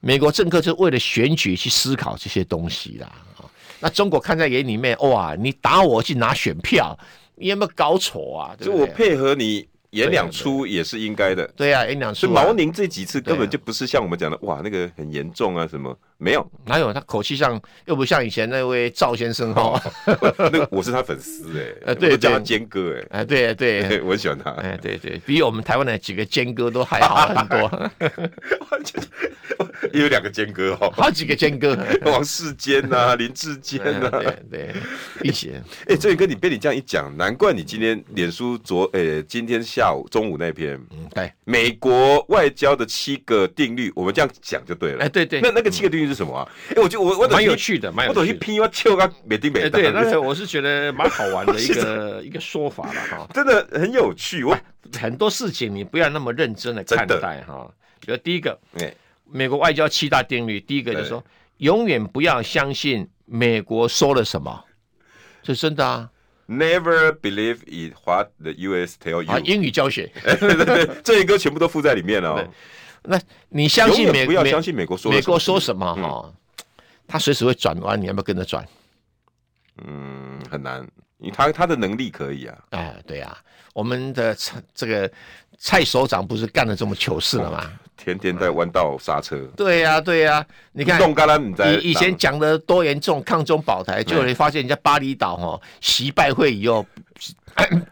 [SPEAKER 2] 美国政客就为了选举去思考这些东西啦。啊那中国看在眼里面，哇，你打我去拿选票，你有没有搞错啊？对
[SPEAKER 1] 就
[SPEAKER 2] 不
[SPEAKER 1] 我
[SPEAKER 2] 对？
[SPEAKER 1] 配合你演两出也是应该的。
[SPEAKER 2] 啊对呀、啊，演两
[SPEAKER 1] 所
[SPEAKER 2] 出、
[SPEAKER 1] 以
[SPEAKER 2] 啊
[SPEAKER 1] 毛。宁这几次根本就不是像我们讲的，哇，那个很严重啊，什么没有？
[SPEAKER 2] 哪有他口气上又不像以前那位赵先生
[SPEAKER 1] 哦
[SPEAKER 2] 哈、
[SPEAKER 1] 那个我是他粉丝哎、
[SPEAKER 2] 呃对
[SPEAKER 1] 我都叫他
[SPEAKER 2] 对
[SPEAKER 1] 坚哥哎、
[SPEAKER 2] 哎，对对，
[SPEAKER 1] 对 我很喜欢他。
[SPEAKER 2] 哎对对，比我们台湾的几个坚哥都还好很多，
[SPEAKER 1] 也有两个坚哥哦，
[SPEAKER 2] 好几个坚哥。
[SPEAKER 1] 王世坚呐、 啊，林志坚
[SPEAKER 2] 哎
[SPEAKER 1] 呐、啊。
[SPEAKER 2] 对对，一起
[SPEAKER 1] 哎、这宇哥，你被你这样一讲，难怪你今天脸书昨呃、今天下午中午那篇
[SPEAKER 2] 嗯对，
[SPEAKER 1] 美国外交的七个定律，我们这样讲就对了。
[SPEAKER 2] 哎对对
[SPEAKER 1] 那那个七个定律是什么啊？哎、我就我我
[SPEAKER 2] 蛮有趣的，蛮
[SPEAKER 1] 我等
[SPEAKER 2] 有
[SPEAKER 1] 去
[SPEAKER 2] 趣的。
[SPEAKER 1] 拼我跳个美丁美
[SPEAKER 2] 哎，
[SPEAKER 1] 当
[SPEAKER 2] 对，那个我是觉得蛮好玩的一个一个说法了哈。
[SPEAKER 1] 真的很有趣。我
[SPEAKER 2] 很多事情你不要那么认真的看
[SPEAKER 1] 真的
[SPEAKER 2] 待哈。比如第一个，
[SPEAKER 1] 哎
[SPEAKER 2] 美国外交七大定律，第一个就是说，永远不要相信美国说了什么，这真的啊。
[SPEAKER 1] ，Never believe in what the U.S. tell
[SPEAKER 2] 啊，
[SPEAKER 1] you。
[SPEAKER 2] 英语教学，
[SPEAKER 1] 对对 对，这些歌全部都附在里面了哦。
[SPEAKER 2] 那你相
[SPEAKER 1] 永
[SPEAKER 2] 信美
[SPEAKER 1] 远不要
[SPEAKER 2] 美
[SPEAKER 1] 相信美国说的
[SPEAKER 2] 美
[SPEAKER 1] 什么
[SPEAKER 2] 国说什么哈？他随时会转弯，你要不要跟着转？
[SPEAKER 1] 嗯很难，因为他他的能力可以啊。
[SPEAKER 2] 哎，对呀、我们的蔡这个蔡首长不是干了这么糗事了吗？
[SPEAKER 1] 天天在弯道刹车，
[SPEAKER 2] 对呀、对呀、你看
[SPEAKER 1] 动。嘎啦你在
[SPEAKER 2] 以以前讲的多严重，抗中保台，就你发现人家巴厘岛哦，习拜会以后，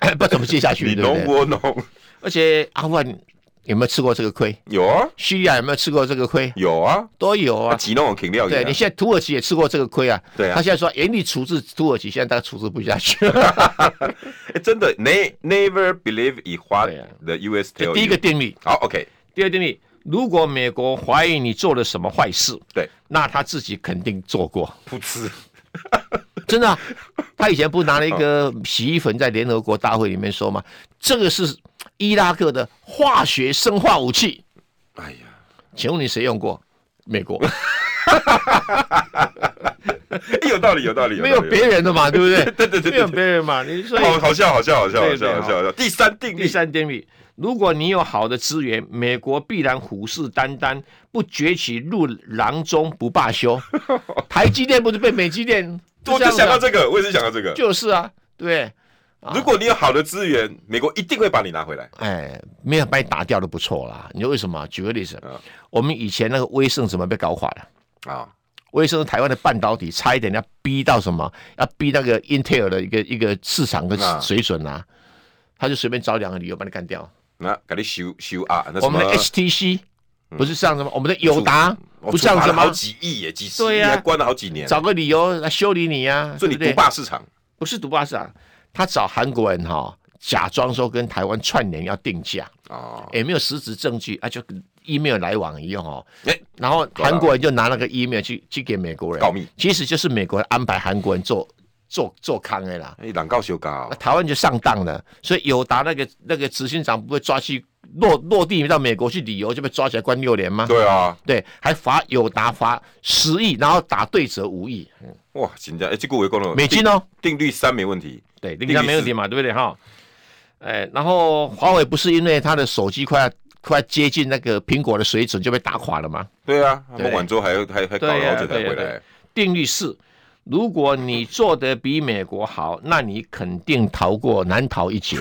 [SPEAKER 2] 不知道怎么接下
[SPEAKER 1] 你
[SPEAKER 2] 去，对不
[SPEAKER 1] 侬
[SPEAKER 2] 对？
[SPEAKER 1] 我侬，
[SPEAKER 2] 而且阿富汗有没有吃过这个亏？
[SPEAKER 1] 有啊
[SPEAKER 2] 叙利亚有没有吃过这个亏？
[SPEAKER 1] 有啊，
[SPEAKER 2] 都有啊
[SPEAKER 1] 啊，吉弄肯定要
[SPEAKER 2] 对
[SPEAKER 1] 有
[SPEAKER 2] 你。现在土耳其也吃过这个亏啊，
[SPEAKER 1] 对啊
[SPEAKER 2] 他现在说严厉处置土耳其，现在他处置不下去 了。
[SPEAKER 1] 哎 真的，ne never believe in what
[SPEAKER 2] 对啊
[SPEAKER 1] the U.S.
[SPEAKER 2] 这
[SPEAKER 1] tell
[SPEAKER 2] 第一个
[SPEAKER 1] you。
[SPEAKER 2] 定律，
[SPEAKER 1] 好，OK，
[SPEAKER 2] 第二个定律，如果美国怀疑你做了什么坏事，
[SPEAKER 1] 对，
[SPEAKER 2] 那他自己肯定做过，
[SPEAKER 1] 噗嗤，
[SPEAKER 2] 真的啊、他以前不拿了一个
[SPEAKER 1] 嗯
[SPEAKER 2] 洗衣粉在联合国大会里面说吗？这个是伊拉克的化学生化武器，
[SPEAKER 1] 哎呀，
[SPEAKER 2] 请问你谁用过？美国
[SPEAKER 1] 哎有道理， 有道理，
[SPEAKER 2] 没有
[SPEAKER 1] 道理
[SPEAKER 2] 别人的嘛，对不对？
[SPEAKER 1] 对对对对对
[SPEAKER 2] 没有别人嘛，你所以
[SPEAKER 1] 好好笑，好笑，好笑，好
[SPEAKER 2] 对对
[SPEAKER 1] 笑，好笑好笑。第三定
[SPEAKER 2] 第
[SPEAKER 1] 律，
[SPEAKER 2] 三点里，如果你有好的资源，美国必然虎视眈眈，不崛起入囊中不罢 休。台积电不是被美积电？
[SPEAKER 1] 我
[SPEAKER 2] 这
[SPEAKER 1] 就
[SPEAKER 2] 样子
[SPEAKER 1] 想
[SPEAKER 2] 啊
[SPEAKER 1] 到这个，我也是想到这个。
[SPEAKER 2] 就是啊，对，
[SPEAKER 1] 如果你有好的资源，美国一定会把你拿回来。
[SPEAKER 2] 哎，没有把你打掉就不错啦。你说为什么？举个例子
[SPEAKER 1] 嗯，
[SPEAKER 2] 我们以前那个威盛怎么被搞垮的？
[SPEAKER 1] 啊，
[SPEAKER 2] 威盛是台湾的半导体差一点要逼到什么？要逼那个英特尔的一个一个市场的
[SPEAKER 1] 啊
[SPEAKER 2] 水准啊，他就随便找两个理由把你干掉。
[SPEAKER 1] 那给你修修啊，那什
[SPEAKER 2] 我们
[SPEAKER 1] 么嗯
[SPEAKER 2] 的 HTC 不是这样子吗？我们的友达
[SPEAKER 1] 我
[SPEAKER 2] 不是这样
[SPEAKER 1] 处罚
[SPEAKER 2] 子
[SPEAKER 1] 了
[SPEAKER 2] 吗
[SPEAKER 1] 好？几亿耶，几十
[SPEAKER 2] 对
[SPEAKER 1] 亿，
[SPEAKER 2] 呀
[SPEAKER 1] 还关了好几年，
[SPEAKER 2] 找个理由来修理你呀、
[SPEAKER 1] 所以
[SPEAKER 2] 对
[SPEAKER 1] 你
[SPEAKER 2] 不对
[SPEAKER 1] 独？霸市场。
[SPEAKER 2] 不是独霸市场，他找韩国人哈、假装说跟台湾串联要定价，
[SPEAKER 1] 哦，
[SPEAKER 2] 也没有实质证据啊，就 email 来往一样哦。
[SPEAKER 1] 哎，
[SPEAKER 2] 然后
[SPEAKER 1] 啊
[SPEAKER 2] 韩国人就拿那个 email 去去给美国人
[SPEAKER 1] 告密，
[SPEAKER 2] 其实就是美国人安排韩国人做做做康的啦。
[SPEAKER 1] 哎，朗告修高
[SPEAKER 2] 那，台湾就上当了，所以友达那个那个执行长不会抓去落落地到美国去旅游就被抓起来关六年吗？
[SPEAKER 1] 对啊，
[SPEAKER 2] 对，还罚友达罚十亿，然后打对折五亿
[SPEAKER 1] 哇，紧张，哎，这个围攻了
[SPEAKER 2] 美金哦。
[SPEAKER 1] 定律三没问题，
[SPEAKER 2] 对，
[SPEAKER 1] 定
[SPEAKER 2] 应该
[SPEAKER 1] 律
[SPEAKER 2] 没问
[SPEAKER 1] 是
[SPEAKER 2] 题嘛，对不对哈？哎，然后华为不是因为它的手机快要快要接近那个苹果的水准就被打垮了吗？
[SPEAKER 1] 对啊，他
[SPEAKER 2] 对
[SPEAKER 1] 们晚州还还还搞
[SPEAKER 2] 对
[SPEAKER 1] 了
[SPEAKER 2] 呀
[SPEAKER 1] 好久才
[SPEAKER 2] 对呀啊
[SPEAKER 1] 回来
[SPEAKER 2] 对，定律是，如果你做得比美国好，那你肯定逃过难逃 一劫。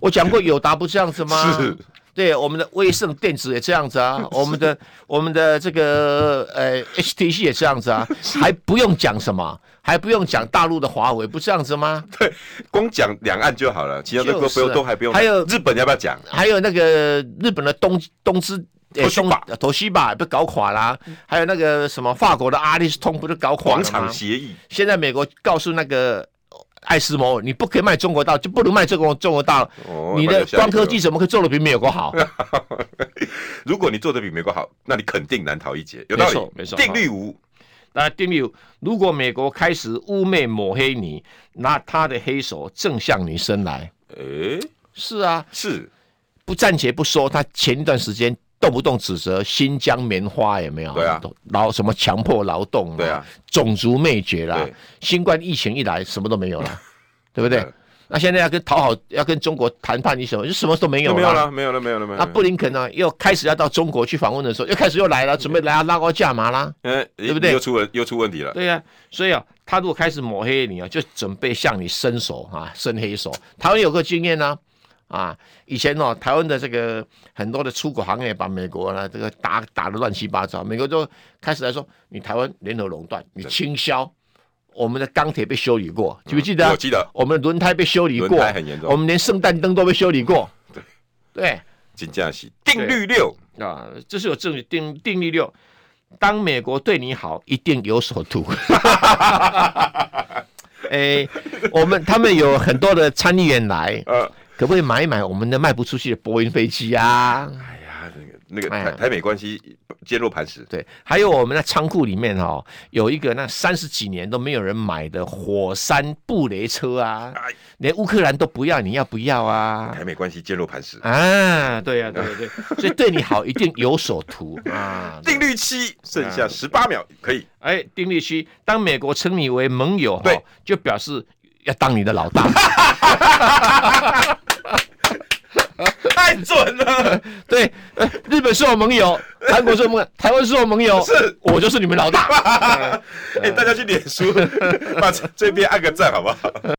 [SPEAKER 2] 我讲过友达不这样子吗？
[SPEAKER 1] 是。
[SPEAKER 2] 对，我们的威盛电子也这样子 啊，我们的我们的这个呃 HTC 也这样子啊，还不用讲什么，还不用讲大陆的华为不这样子吗？
[SPEAKER 1] 光讲两岸就好了，其他的都不
[SPEAKER 2] 就是
[SPEAKER 1] 用，
[SPEAKER 2] 啊
[SPEAKER 1] 都还不用。
[SPEAKER 2] 还有
[SPEAKER 1] 日本要不要讲？
[SPEAKER 2] 还有那个日本的东东芝。诶
[SPEAKER 1] Toshiba
[SPEAKER 2] 东呃头西吧被搞垮啦、还有那个什么法国的阿里斯通不是搞垮
[SPEAKER 1] 广
[SPEAKER 2] 了吗
[SPEAKER 1] 场？协议，
[SPEAKER 2] 现在美国告诉那个爱斯摩，你不可以卖中国大，就不能卖这个中国大。
[SPEAKER 1] 哦
[SPEAKER 2] 你的光科技，怎么可以做的比美国好？
[SPEAKER 1] 如果你做的比美国好，那你肯定难逃一劫，有道
[SPEAKER 2] 没
[SPEAKER 1] 理
[SPEAKER 2] 错，没错
[SPEAKER 1] 定律五，
[SPEAKER 2] 那第六，如果美国开始污蔑抹黑你，那他的黑手正向你伸来。
[SPEAKER 1] 诶，
[SPEAKER 2] 是啊，
[SPEAKER 1] 是
[SPEAKER 2] 不暂且不说，他前一段时间动不动指责新疆棉花有没有？
[SPEAKER 1] 对啊，
[SPEAKER 2] 劳什么强迫劳动啦
[SPEAKER 1] 对啊，
[SPEAKER 2] 种族灭绝啦
[SPEAKER 1] 对，
[SPEAKER 2] 新冠疫情一来什么都没 有了，对不对
[SPEAKER 1] 嗯？
[SPEAKER 2] 那现在要跟讨好，要跟中国谈判，你什么就什么都没有啊
[SPEAKER 1] 没有
[SPEAKER 2] 了。
[SPEAKER 1] 了，没有了，没有了，没有
[SPEAKER 2] 那
[SPEAKER 1] 了。
[SPEAKER 2] 布林肯呢、又开始要到中国去访问的时候，又开始又来了，准备来要拉高价码啦。
[SPEAKER 1] 呃，对
[SPEAKER 2] 不对啊
[SPEAKER 1] 又出了又出问题了。
[SPEAKER 2] 对呀、所以啊，他如果开始抹黑你啊，就准备向你伸手啊，伸黑手。台湾有个经验呢、啊，以前哦，台湾的这个很多的出口行业把美国呢这个打打的乱七八糟，美国就开始来说你台湾联合垄断，你倾销，我们的钢铁被修理过，记不记得啊、
[SPEAKER 1] 我记得
[SPEAKER 2] 我们的轮胎被修理过，
[SPEAKER 1] 轮胎很严重
[SPEAKER 2] 我们连圣诞灯都被修理过，对。
[SPEAKER 1] 金价喜定律六，
[SPEAKER 2] 啊，这是有证据。定定律六，当美国对你好，一定有所图。 哎、我们他们有很多的参议员来，
[SPEAKER 1] 呃，
[SPEAKER 2] 可不可以买一买我们的卖不出去的波音飞机啊？
[SPEAKER 1] 哎呀，那个那个
[SPEAKER 2] 哎
[SPEAKER 1] 台台美关系坚若磐石，
[SPEAKER 2] 对，还有我们的仓库里面哦，有一个那三十几年都没有人买的火山布雷车啊，
[SPEAKER 1] 哎，
[SPEAKER 2] 连乌克兰都不要，你要不要啊？
[SPEAKER 1] 台美关系坚若磐石。
[SPEAKER 2] 啊，对呀、对对对，所以对你好一定有所图啊。
[SPEAKER 1] 定律七，剩下十八秒，可以。
[SPEAKER 2] 哎，丁立区，当美国称你为盟友，
[SPEAKER 1] 对
[SPEAKER 2] 哦，就表示要当你的老大。
[SPEAKER 1] 太准了，
[SPEAKER 2] 对，呃日本是我盟友，韩国是我盟友，台湾是我盟友，
[SPEAKER 1] 是
[SPEAKER 2] 我就是你们老大。
[SPEAKER 1] 哎，大家去脸书，把这这边按个赞，好不好？